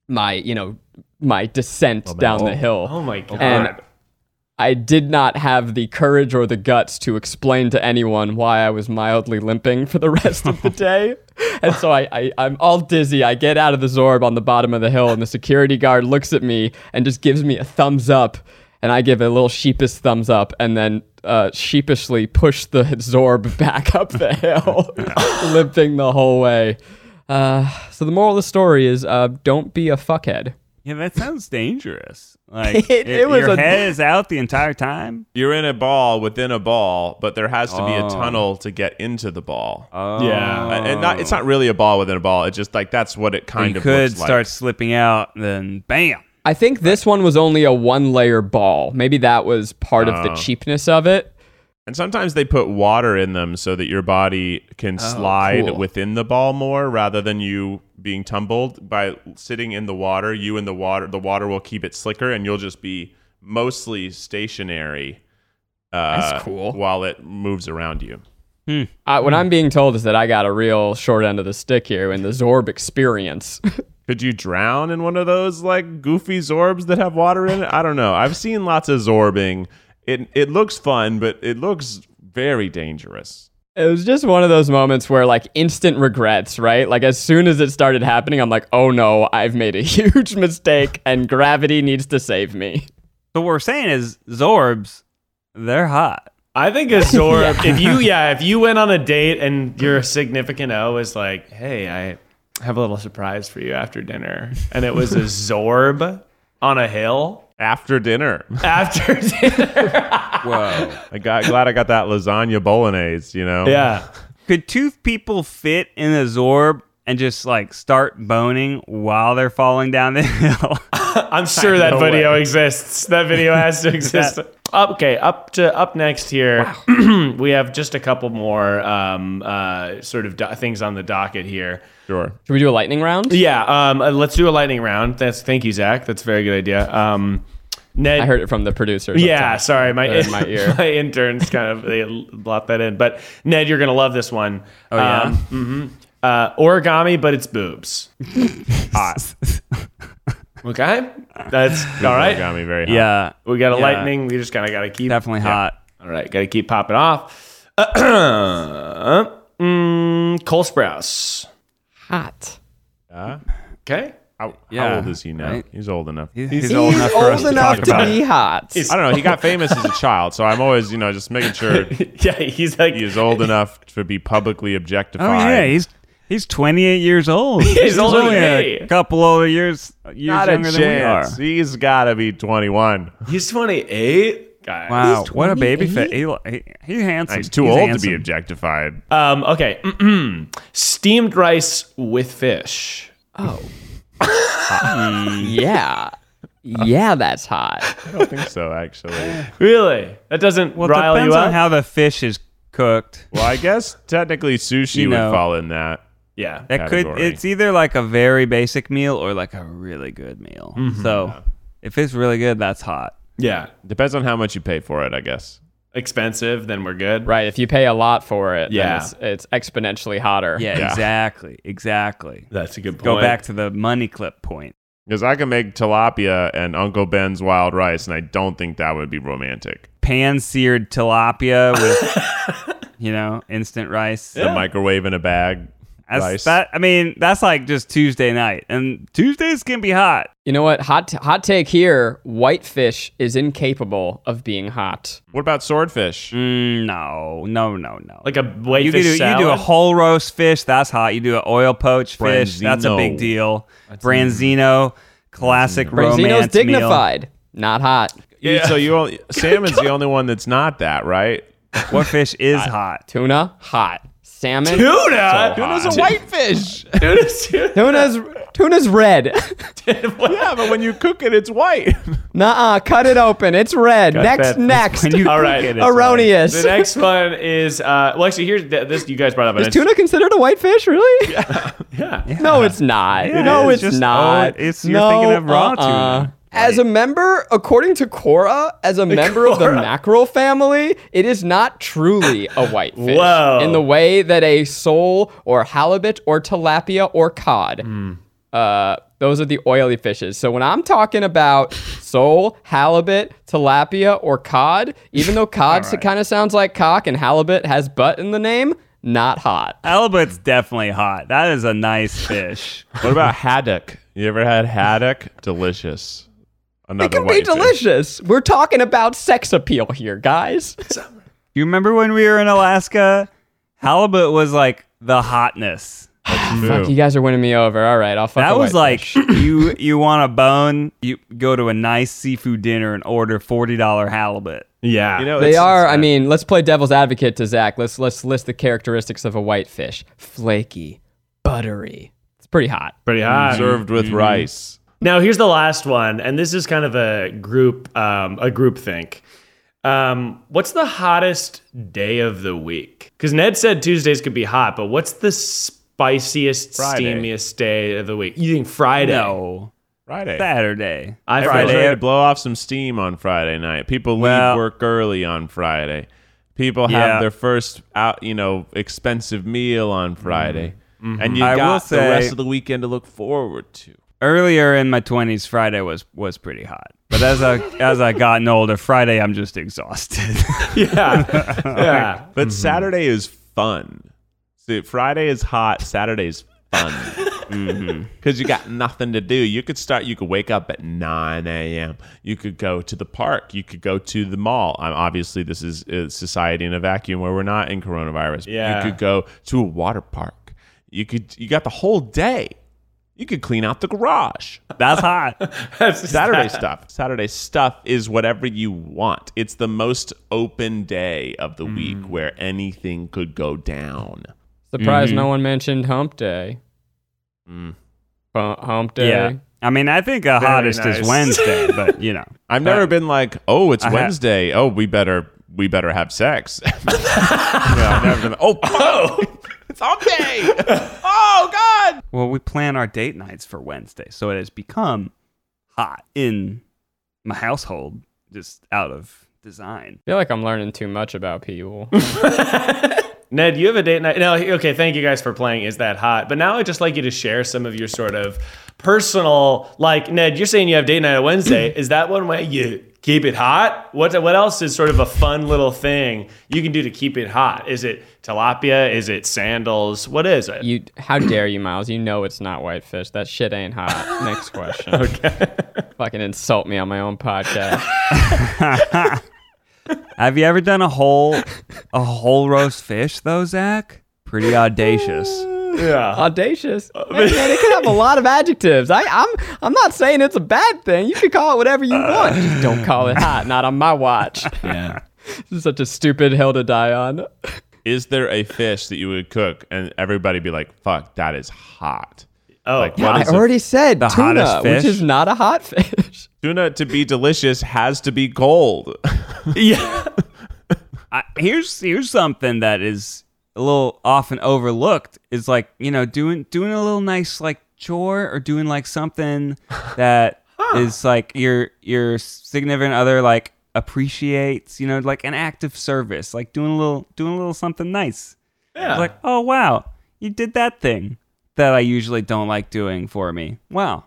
D: my, you know, my descent down the hill.
E: oh my god.
D: And I did not have the courage or the guts to explain to anyone why I was mildly limping for the rest of the day. And so I, I, I'm all dizzy. I get out of the Zorb on the bottom of the hill, and the security guard looks at me and just gives me a thumbs up. And I give a little sheepish thumbs up and then uh, sheepishly push the Zorb back up the hill, limping the whole way. Uh, so the moral of the story is uh, don't be a fuckhead.
C: Yeah, that sounds dangerous. Like
D: It-
C: it,
D: it was
C: your
D: a-
C: head is out the entire time.
B: You're in a ball within a ball, but there has to be
C: Oh.
B: a tunnel to get into the ball.
E: yeah.
B: And and not, it's not really a ball within a ball. It's just like that's what it kind
C: You
B: of
C: could
B: looks like.
C: start slipping out, then bam.
D: I think this one was only a one layer ball. Maybe that was part of
C: Oh.
D: the cheapness of it.
B: And sometimes they put water in them so that your body can slide
D: Oh, cool.
B: within the ball more rather than you being tumbled by sitting in the water. You in the water, the water will keep it slicker and you'll just be mostly stationary. Uh,
D: That's cool.
B: While it moves around you.
D: Uh, what
C: Hmm.
D: I'm being told is that I got a real short end of the stick here in the Zorb experience.
B: Could you drown in one of those like goofy zorbs that have water in it? I don't know. I've seen lots of zorbing. It it looks fun, but it looks very dangerous.
D: it was just one of those moments where, like, instant regrets, right? Like, as soon as it started happening, I'm like, oh no, I've made a huge mistake and gravity needs to save me.
C: So what we're saying is Zorbs, they're hot.
E: I think a Zorb. If you, yeah, if you went on a date and your significant O is like, "Hey, I have a little surprise for you after dinner," and it was a Zorb on a hill
B: After dinner.
E: after dinner,
C: Whoa.
B: I got glad I got that lasagna bolognese. You know.
E: yeah,
C: Could two people fit in a Zorb and just like start boning while they're falling down the hill.
E: I'm sure that
C: no
E: video exists. That video has to exist. Up- okay, up to up next here. we have just a couple more um, uh, sort of do- things on the docket here.
B: Sure.
D: Should we do a lightning round?
E: Yeah, um, uh, let's do a lightning round. That's thank you, Zach. That's a very good idea. Um, Ned,
D: I heard it from the producer.
E: Yeah, sorry,
C: uh,
E: my
D: in my ear.
E: my interns kind of they blocked that in. But Ned, you're gonna love this one. Oh
C: yeah?
E: hmm uh, origami, but it's boobs.
C: Hot.
E: Okay, that's all right.
B: Got me very hot.
C: yeah,
E: We got a
C: Yeah.
E: lightning. We just kind of got to keep
C: definitely
E: Yeah.
C: hot.
E: All right, got to keep popping off. mm, Cole Sprouse.
D: Hot.
B: Huh?
E: Okay.
B: How,
C: Yeah,
B: how old is he now?
C: right?
B: He's old enough.
C: He's,
D: He's
C: old enough for us to talk
D: enough
C: about.
D: to
C: it.
D: be hot.
B: I don't know. He got famous as a child, so I'm always, you know, just making sure
E: Yeah, he's like
B: he is old enough to be publicly objectified.
C: Oh yeah, he's he's 28 years old. he's,
E: older than
C: only
E: me.
C: a couple older years years
B: not a
C: younger than we are.
B: chance. He's got to be 21
E: he's 28. Guys.
C: Wow, what a baby face! He, lo- he, he's handsome.
B: He's too
C: He's
B: old to
C: handsome.
B: be objectified.
E: Um, okay. Steamed rice with fish.
D: Oh. yeah. Yeah, that's hot.
B: I don't think so, actually. Well,
E: Really? That doesn't
C: Well, it
E: rile
C: depends
E: you up.
C: on how the fish is cooked.
B: I guess technically sushi
C: You know.
B: would fall in that.
E: yeah.
C: That could
B: Category.
C: it's either like a very basic meal or like a really good meal.
E: Mm-hmm.
C: So if it's really good, that's hot.
E: Yeah.
B: Depends on how much you pay for it, I guess.
E: Expensive, then we're good.
D: Right. If you pay a lot for it, yeah.
E: Yeah.
D: it's, it's exponentially hotter.
C: Yeah,
B: Yeah.
C: exactly, exactly.
E: That's a good point.
C: Go back to the money clip point.
B: Because I can make tilapia and Uncle Ben's wild rice, and I don't think that would be romantic.
C: Pan seared tilapia with you know instant rice.
B: The microwave in a bag.
C: That's,
B: rice.
C: That I mean, that's like just Tuesday night, and Tuesdays can be hot.
D: You know what? Hot hot take here. Whitefish is incapable of being hot.
B: What about swordfish?
C: Mm, no, no, no, no.
E: Like a whitefish
C: you could do, you
E: salad.
C: do a whole roast fish, that's hot. You do an oil poached fish, that's a big
B: Branzino.
C: deal. Branzino, classic
D: Branzino's
C: romance
D: dignified, not hot.
B: You- So you only, salmon's the only one that's not that, right?
C: meal. What fish is hot?
D: Tuna, hot. Salmon,
E: Tuna.
B: Tuna's
E: a whitefish. Tuna's tuna.
D: tuna's tuna's red.
B: Yeah, but when you cook it, it's white.
D: Nuh-uh, cut it open. It's red. next,
E: that.
D: next.
C: When you
E: All
C: cook
E: right.
C: it, it's
D: Erroneous.
E: The next one is uh, well, actually, here's th- this. You guys brought up an
D: Is tuna considered a whitefish? Really?
E: Yeah.
D: No, it's not.
C: Yeah,
D: no,
C: it's
D: it's,
C: just-
D: not. uh-uh.
C: oh, it's- you're thinking of raw tuna.
D: As a member, according to Cora, as a member of the mackerel family, it is not truly a whitefish
E: Whoa.
D: in the way that a sole or halibut or tilapia or cod.
C: Hmm.
D: Uh, those are the oily fishes. So when I'm talking about sole, halibut, tilapia, or cod, even though cod kind of sounds like cock and halibut has butt in the name, not hot.
C: Halibut's definitely hot. That is a nice fish.
B: What about haddock? You ever had haddock? Delicious. Another
D: It can be
B: whitefish.
D: delicious. We're talking about sex appeal here, guys.
C: you remember when we were in Alaska? Halibut was like the hotness.
B: Ooh.
D: You guys are winning me over. All right, I'll fuck
C: That
D: a
C: was
D: whitefish.
C: like you you want a bone, you go to a nice seafood dinner and order forty dollar halibut.
E: Yeah.
B: You know,
D: They
B: it's-
D: are. I mean, let's play devil's advocate to Zach. Let's let's list the characteristics of a whitefish: flaky, buttery. It's pretty hot.
E: pretty hot.
B: served
C: Mm-hmm.
B: with rice.
E: Mm-hmm. Now here's the last one, and this is kind of a group um, a group think. Um, what's the hottest day of the week? Because Ned said Tuesdays could be hot, but what's the spiciest,
B: Friday.
E: steamiest day of the week? You think Friday?
C: No,
B: Friday.
C: Saturday.
E: I feel
B: Friday.
E: like-
B: Friday. Blow off some steam on Friday night. People leave
C: Well-
B: work early on Friday. People have
C: Yeah.
B: their first out, you know, expensive meal on Friday, and you
C: Mm-hmm. I will
B: got the
C: say-
B: rest of the weekend to look forward to.
C: earlier in my 20s friday was was pretty hot but as i as i gotten older friday i'm just exhausted
E: Yeah. yeah.
B: But Saturday is fun. See, Friday is hot. Saturday's fun. Because you got nothing to do. You could start, you could wake up at 9 a.m. You could go to the park. You could go to the mall. Um, obviously, this is uh, society in a vacuum where we're not in coronavirus.
E: Yeah.
B: You could go to a water park. You could, you got the whole day. You could clean out the garage.
C: that's hot
B: Saturday stuff. Saturday stuff is whatever you want. It's the most open day of the week where anything could go down.
C: Mm-hmm.
D: Surprised no one mentioned Hump Day. Hu- Hump day.
C: Mm. Yeah. I mean, I think a hottest
E: nice.
C: is Wednesday, but you know.
B: I've never been like, oh, it's
C: ha-
B: Wednesday. oh, we better we better have sex. no, I've never been. Like, oh, fuck. it's hump day. oh God.
C: Well, we plan our date nights for Wednesday, so it has become hot in my household, just out of design.
D: I feel like I'm learning too much about people.
E: Ned, you have a date night. No, okay, thank you guys for playing Is That Hot? But now I'd just like you to share some of your sort of personal, like, Ned, you're saying you have date night on Wednesday. is that one way you keep it hot? What, what else is sort of a fun little thing you can do to keep it hot? Is it tilapia? Is it sandals? What is it?
D: You, how dare you, Miles? You know it's not whitefish. That shit ain't hot. Next question. okay. Fucking insult me on my own podcast.
C: Have you ever done a whole a whole roast fish though, Zach? Pretty audacious.
E: yeah.
D: Audacious. Hey, man, it could have a lot of adjectives. I, I'm, I'm not saying it's a bad thing. You can call it whatever you want. Just don't call it hot. Not on my watch.
E: Yeah.
D: This is such a stupid hill to die on.
B: Is there a fish that you would cook and everybody be like, fuck, that is hot?
E: Oh,
B: Like,
E: yeah.
B: what
D: I
B: is a-
D: already said
C: the
D: tuna,
C: hottest
D: which
C: fish?
D: is not a hot fish.
B: Tuna to be delicious has to be cold.
E: yeah.
C: I, here's here's something that is a little often overlooked is like you know doing doing a little nice like chore or doing like something that is like your your significant other like appreciates you know like an act of service like doing a little doing a little something nice
E: Yeah.
C: It's like oh wow you did that thing that i usually don't like doing for me wow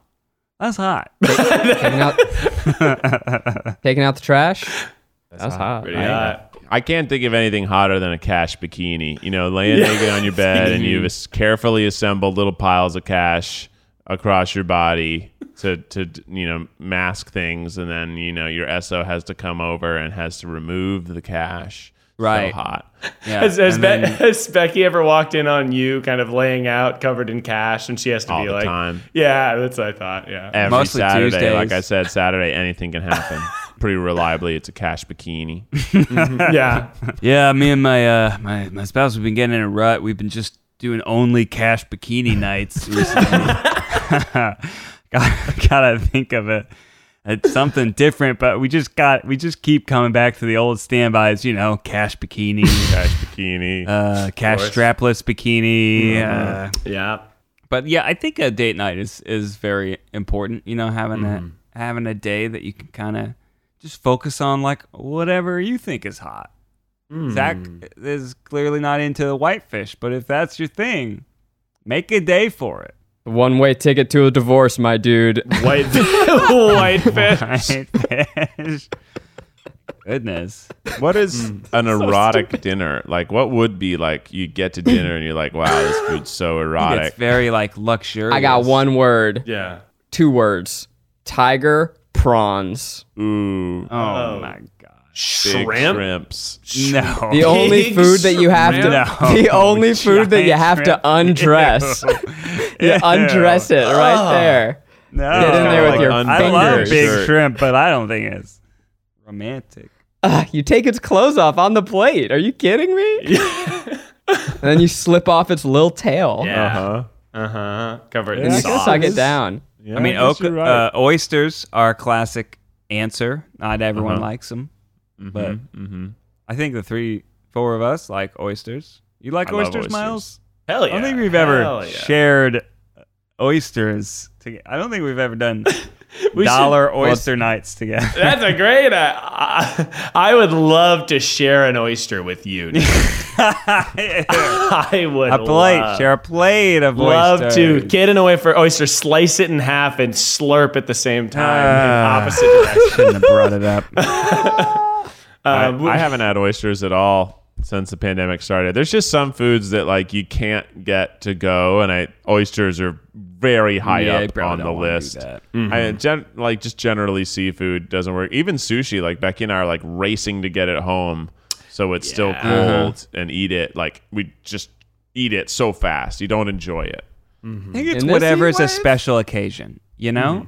C: that's hot
D: taking out, taking out the trash. That's, hot.
E: Pretty
D: right?
E: hot.
B: I can't think of anything hotter than a cash bikini. You know, laying naked on your bed and you've as- carefully assembled little piles of cash across your body to, to you know mask things, and then you know your SO has to come over and has to remove the cash.
C: Right.
B: so hot.
C: yeah.
E: Has, has,
C: And
E: Be-
C: then-
E: has Becky ever walked in on you kind of laying out covered in cash and she has to
B: All
E: be
B: the
E: like,
B: time.
E: Yeah, that's what I thought. Yeah.
B: Every
C: Mostly
B: Saturday,
C: Tuesdays.
B: like I said, Saturday anything can happen. Pretty reliably, it's a cash bikini.
E: yeah.
C: Yeah, me and my uh, my my spouse have been getting in a rut. We've been just doing only cash bikini nights recently. God, gotta think of it. It's something different, but we just got we just keep coming back to the old standbys. You know, cash bikini,
B: Cash bikini.
C: uh, cash strapless bikini. Uh,
E: Yeah.
C: but yeah, I think a date night is is very important. You know, having a having a day that you can kind of just focus on like whatever you think is hot. Zach is clearly not into the whitefish, but if that's your thing, make a day for it.
D: One way ticket to a divorce, my dude.
E: White whitefish.
C: Whitefish. Goodness.
B: What is
D: Hmm.
B: an erotic dinner? Like, what would be like you get to dinner and you're like, wow, this food's so
C: It's
B: erotic.
C: very like luxurious.
D: I got one word,
E: Yeah.
D: two words: tiger prawns.
B: Ooh,
C: Oh my god.
B: big
E: Shrimp.
B: shrimps.
C: No.
D: The only
E: Big
D: food that you have to,
C: shrimp.
D: the
C: No,
D: only food that you
C: giant
D: have to
C: shrimp.
D: undress. you undress it right there.
C: No.
D: Get in there with your
B: Like
C: I love
D: fingers.
C: big
B: Sure.
C: shrimp, but I don't think it's romantic.
D: Ugh, you take its clothes off on the plate. Are you kidding me? and then you slip off its little tail.
E: Yeah.
B: Uh
C: Uh-huh.
B: huh.
E: Uh huh. Covered
D: And
E: in
D: you
E: sauce.
D: suck it down.
B: Yeah,
C: I mean,
B: guess
C: oak,
B: you're right.
C: uh, oysters are a classic answer. Not
E: Uh-huh.
C: everyone likes them,
E: Mm-hmm,
C: but I think the three, four of us like oysters. You like
B: I love
C: oysters, Miles?
E: Hell yeah.
C: I don't think we've ever
E: Hell yeah.
C: shared oysters. Together. I don't think we've ever done
E: We should-
C: dollar oyster nights together.
E: That's a great. Uh, I, I would love to share an oyster with you.
C: a
E: I would.
C: plate,
E: love,
C: share a plate of
E: Love to
C: oysters.
E: get an away for oyster, slice it in half, and slurp at the same time
C: Ah.
E: in opposite direction.
C: Shouldn't have brought it up.
B: I,
E: Um,
B: I haven't had oysters at all since the pandemic started. There's just some foods that like you can't get to go, and I oysters are very high
C: Yeah, you
B: up
C: probably
B: on the
C: don't wanna do
B: list.
C: that.
B: I gen- like just generally seafood doesn't work. Even sushi, like Becky and I are like racing to get it home, so it's still cold and eat it. Like we just eat it so fast, you don't enjoy it.
C: I think it's
D: In this Mm-hmm.
C: whatever's a
D: heat wave?
C: special occasion, you know?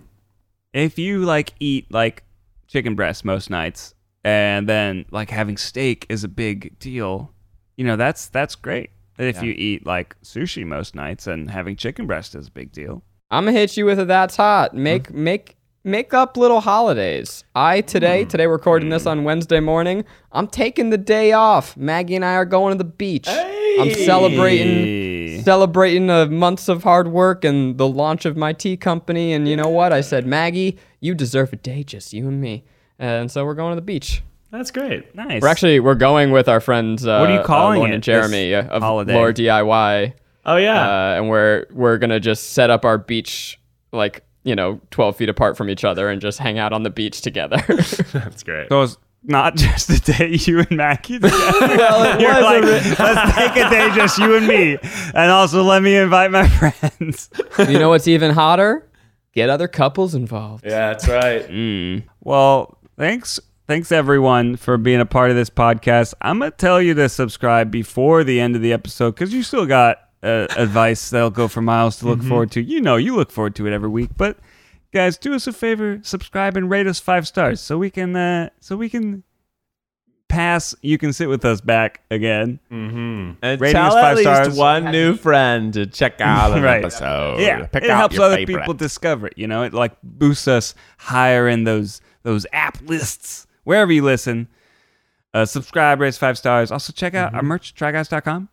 C: If you like eat like chicken breast most nights and then like having steak is a big deal, you know, that's that's great. If you eat like sushi most nights, and having chicken breast is a big deal.
D: I'm gonna hit you with a that's hot. Make make make up little holidays. I
C: Hmm.
D: today today we're recording this on Wednesday morning. I'm taking the day off. Maggie and I are going to the beach. I'm
C: Hey.
D: celebrating celebrating the months of hard work and the launch of my tea company. And you know what? I said, Maggie, you deserve a day just you and me. And so we're going to the beach.
E: That's great.
C: Nice.
D: We're actually we're going with our friends. Uh,
C: What are you
D: uh,
C: calling
D: Lauren
C: it,
D: And Jeremy uh,
C: this
D: of
C: holiday?
D: Lore DIY
E: Oh yeah.
D: uh, and we're we're gonna just set up our beach like you know 12 feet apart from each other and just hang out on the beach together
E: That's great.
C: So it's not just a day you and Mackie together.
D: well,
C: You're like, let's take a day just you and me, and also let me invite my friends.
D: you know what's even hotter get other couples involved
E: Yeah, that's right.
C: Well, thanks. Thanks everyone for being a part of this podcast. I'm gonna tell you to subscribe before the end of the episode because you still got uh, advice that'll go for miles to look forward to. You know, you look forward to it every week. But guys, do us a favor: subscribe and rate us five stars so we can uh, so we can pass. You can sit with us back again.
B: And
C: Rating
B: tell
C: us
B: at
C: five
B: least
C: stars.
B: one new friend to check out an
C: Right.
B: episode.
C: Oh, Yeah,
B: Pick
C: it
B: out
C: helps
B: your
C: other
B: favorite.
C: people discover it. You know, it like boosts us higher in those those app lists wherever you listen. Uh, subscribe, raise five stars. Also check out our merch, tryguys.com.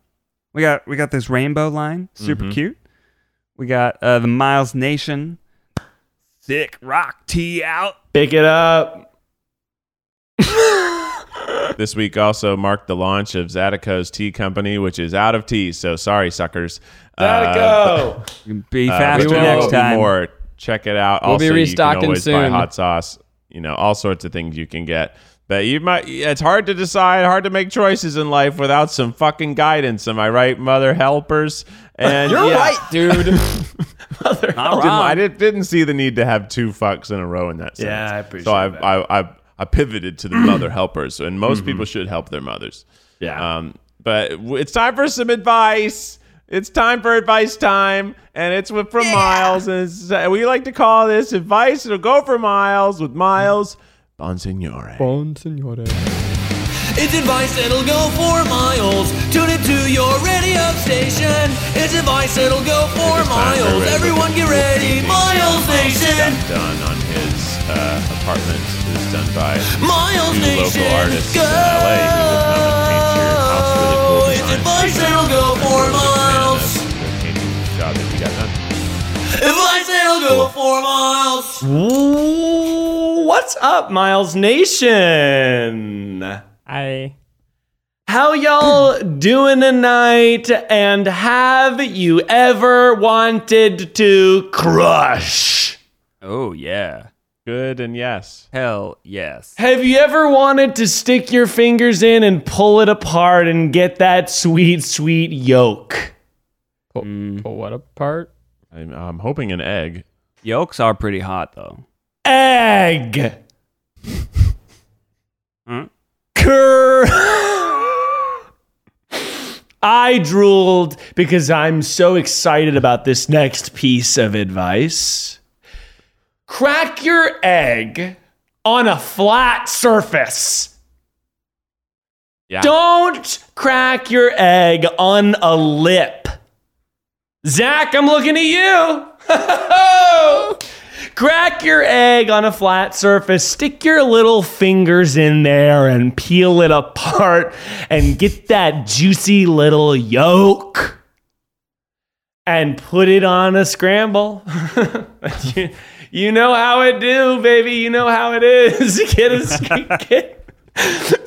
C: We got we got this rainbow line, super cute. We got uh, the Miles Nation, thick rock tee out.
E: Pick it up.
B: This week also marked the launch of Zatico's Tea Company, which is out of tea. So sorry, suckers.
C: Uh,
E: Gotta go.
C: You can Be
B: Uh,
C: faster
B: but there
C: next
B: will be
C: time.
B: More. Check it out.
D: We'll
B: also,
D: be
B: you
D: restocking
B: can always buy
D: soon.
B: hot sauce. You know, all sorts of things you can get. But you might. It's hard to decide. Hard to make choices in life without some fucking guidance. Am I right, mother helpers? And
D: you're
B: yeah.
D: right dude
B: I didn't, I didn't, didn't see the need to have two fucks in a row in that sense.
E: Yeah, I appreciate
B: so I,
E: that.
B: I, I, I pivoted to the mother helpers, and most
D: Mm-hmm.
B: people should help their mothers.
E: Yeah.
B: Um, but w- it's time for some advice. It's time for advice time, and it's with, from Miles, and it's, uh, we like to call this advice. It'll go for Miles with Miles Bonsignore.
F: It's advice that'll go for miles. Tune it to your radio station. It's advice that'll go for
B: It's time for
F: miles.
B: everybody
F: Everyone get
B: to look at
F: ready.
B: the
F: Miles Nation.
B: stuff done on his uh, apartment is done by
F: Miles
B: two
F: Nation.
B: local artists
F: go.
B: in LA who will come and paint your house really cool
F: It's
B: designs.
F: advice that'll go for miles.
B: Job that you got done.
F: Advice that'll go for miles.
E: Ooh, What's up, Miles Nation?
D: i
E: How y'all doing tonight? And have you ever wanted to crush?
C: Oh yeah,
B: Good and yes.
C: hell yes.
E: Have you ever wanted to stick your fingers in and pull it apart and get that sweet, sweet yolk?
D: pull, pull what apart
B: I'm, I'm hoping an egg.
C: Yolks are pretty hot though.
E: Egg.
C: Mm.
E: Cur. I drooled because I'm so excited about this next piece of advice. Crack your egg on a flat surface.
B: Yeah.
E: Don't crack your egg on a lip. Zach, I'm looking at you. Crack your egg on a flat surface, stick your little fingers in there and peel it apart and get that juicy little yolk and put it on a scramble. you, you know how it do, baby. You know how it is. get a sc- get,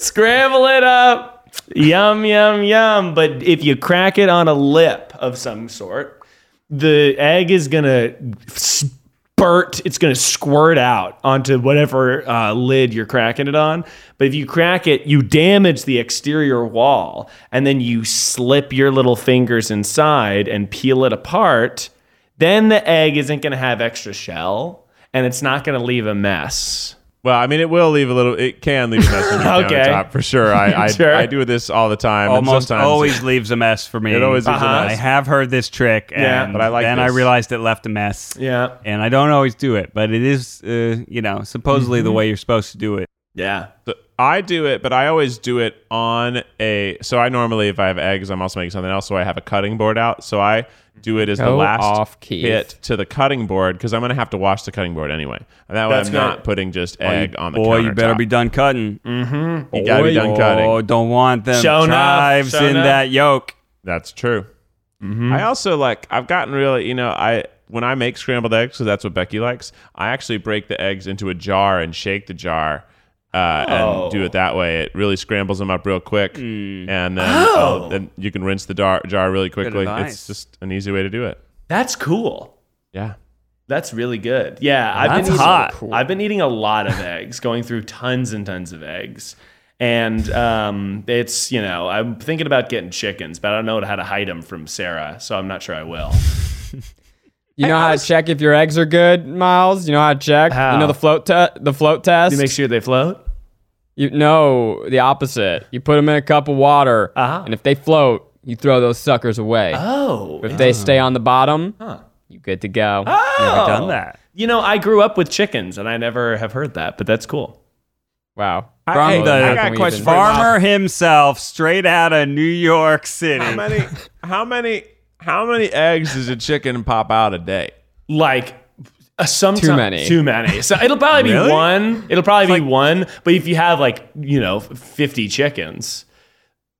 E: scramble it up. Yum, yum, yum. But if you crack it on a lip of some sort, the egg is gonna spurt. It's gonna squirt out onto whatever uh, lid you're cracking it on. But if you crack it, you damage the exterior wall, and then you slip your little fingers inside and peel it apart. Then the egg isn't gonna have extra shell, and it's not gonna leave a mess.
B: Well, I mean, it will leave a little. It can leave a mess on your
E: Okay.
B: countertop for sure. I I,
E: Sure.
B: I do this all the time. and
C: Almost
B: sometimes-
C: always leaves a mess for me.
B: It always leaves a
E: Uh-huh.
C: I
B: mess.
C: have heard this trick, and
E: Yeah.
B: But I like
C: then I
B: this.
C: realized it left a mess.
E: Yeah.
B: Mm-hmm.
C: And I don't always do it, but it is, uh, you know, supposedly the way you're supposed to do it.
E: Yeah.
B: The- I do it, but I always do it on a. So I normally, if I have eggs, I'm also making something else. So I have a cutting board out. So I do it as the
D: Go
B: last
D: off, Keith.
B: hit to the cutting board because I'm going to have to wash the cutting board anyway. And that way,
E: That's
B: I'm
E: good.
B: not putting just egg on the
C: Boy, you better
B: countertop.
C: be done cutting.
B: You gotta be done
C: Oh,
B: cutting.
C: don't want them
E: Show enough,
C: chives
E: show
C: in
E: enough.
C: that yolk.
B: That's true. I also like. I've gotten really. You know, I when I make scrambled eggs because that's what Becky likes. I actually break the eggs into a jar and shake the jar. Uh,
E: Oh.
B: And do it that way. It really scrambles them up real quick, and then
E: Oh.
B: Mm. oh, then you can rinse the jar, jar really quickly.
C: advice.
B: It's just an easy way to do it.
E: That's cool.
B: Yeah,
E: That's really good. Yeah, I've
C: That's
E: been eating,
C: hot.
E: I've been eating a lot of eggs, going through tons and tons of eggs. And um, it's, you know, I'm thinking about getting chickens, but I don't know how to hide them from Sarah, so I'm not sure I will.
D: You know how to check if your eggs are good, Miles. You know how to check.
E: How?
D: You know the float te- the float test.
E: You make sure they float?
D: You no, the opposite. You put them in a cup of water,
E: Uh-huh.
D: and if they float, you throw those suckers away.
E: Oh.
D: If they stay on the bottom, you good to go.
E: oh.
C: Done that.
E: You know, I grew up with chickens, and I never have heard that, but that's cool.
D: Wow.
C: From
B: hey,
C: the
B: I got a question for you, Miles.
C: farmer himself, straight out of New York
B: How
C: City.
B: many? how many? How many eggs does a chicken pop out a day?
E: like uh, sometimes
D: Too many.
E: too many. So it'll probably be
C: Really?
E: one. It'll probably be one. But if you have like you know fifty chickens,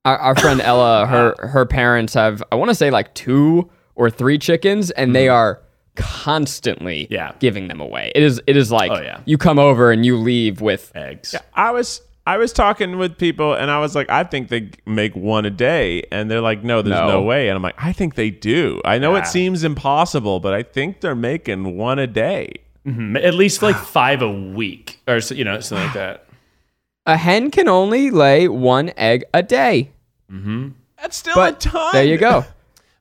D: Our, our friend Ella, her her parents have, I want to say like two or three chickens, and they are constantly
E: Mm-hmm. Yeah.
D: giving them away. It is it is like
E: Oh, yeah.
D: you come over and you leave with
E: eggs.
B: I was I was talking with people and I was like, I think they make one a day, and they're like, No, there's no,
D: No.
B: way. And I'm like, I think they do. I know
E: Yeah.
B: it seems impossible, but I think they're making one a day.
E: Mhm. At least like five a week, or so, you know something like that.
D: a hen can only lay one egg a day.
B: That's still
D: But
B: a ton.
D: there you go.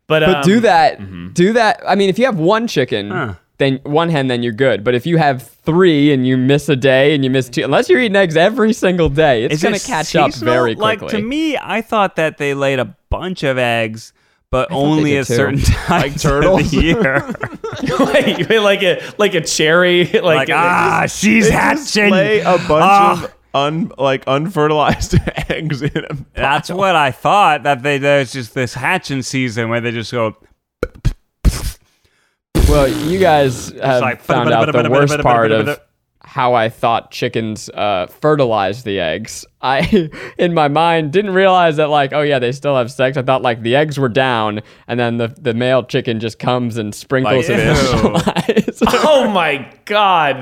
E: But,
D: But
E: um,
D: do that. Do that. I mean, if you have one chicken,
C: Huh.
D: then one hen, then you're good. But if you have three and you miss a day and you miss two, unless you're eating eggs every single day, it's
C: Is
D: going
C: it
D: to catch up
C: seasonal?
D: very
C: like,
D: quickly.
C: to me, I thought that they laid a bunch of eggs, but only
D: did
C: at
D: too.
C: certain times of
B: turtles?
C: the year.
E: like, like a like a cherry, like,
C: like, ah, she's
B: They just
C: hatching.
B: lay a bunch
C: Ah.
B: of un, like unfertilized eggs in them.
C: That's what I thought. That they there's just this hatching season where they just go.
D: Well, you guys have
C: like,
D: found out the worst part of
C: "Ba-da-ba-da-ba-da-ba-da-ba-da-ba-da."
D: how I thought chickens uh, fertilize the eggs. I, in my mind, didn't realize that like, oh yeah, they still have sex. I thought like the eggs were down, and then the the male chicken just comes and sprinkles
B: Like,
D: it and fertilizes.
E: oh my god,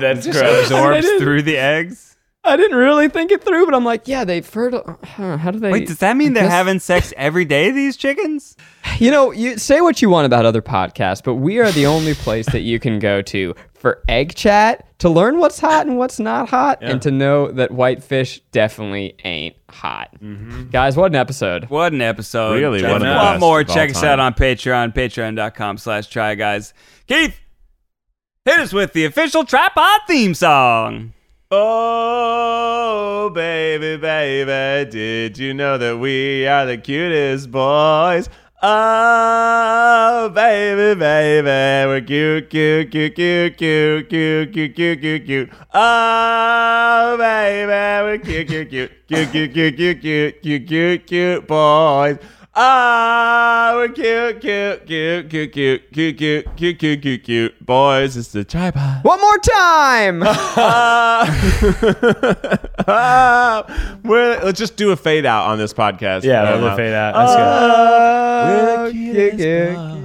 E: that's gross.
C: absorbs
D: didn't-
C: through the eggs.
D: I didn't really think it through, but I'm like, yeah, they fertilize. Huh, how do they?
C: Wait, does that mean
D: I
C: they're
D: guess-
C: having sex every day? These chickens?
D: You know, you say what you want about other podcasts, but we are the only place that you can go to for egg chat to learn what's hot and what's not hot, and to know that whitefish definitely ain't hot. Guys, what an episode!
C: What an episode!
B: Really,
C: If
B: one of
C: you
B: the
C: want
B: best
C: more?
B: of all
C: Check us out
B: time.
C: on Patreon, Patreon.com/slash Try Guys. Keith, hit us with the official Tripod theme song.
B: Oh, baby, baby, did you know that we are the cutest boys? Oh, baby, baby, we're cute, cute, cute, cute, cute, cute, cute, cute, cute, cute. Oh, baby, we're cute, cute, cute, cute, cute, cute, cute, cute, cute, cute, cute boys. Ah, we're cute, cute, cute, cute, cute, cute, cute, cute, cute, cute, cute boys. It's the Oh. tripod.
D: One more time.
B: Ah, we're, let's just do a fade out on this podcast.
E: Yeah,
B: Right
C: Uh,
E: we'll
B: now.
E: fade out. That's good.
D: Oh, yeah, yeah.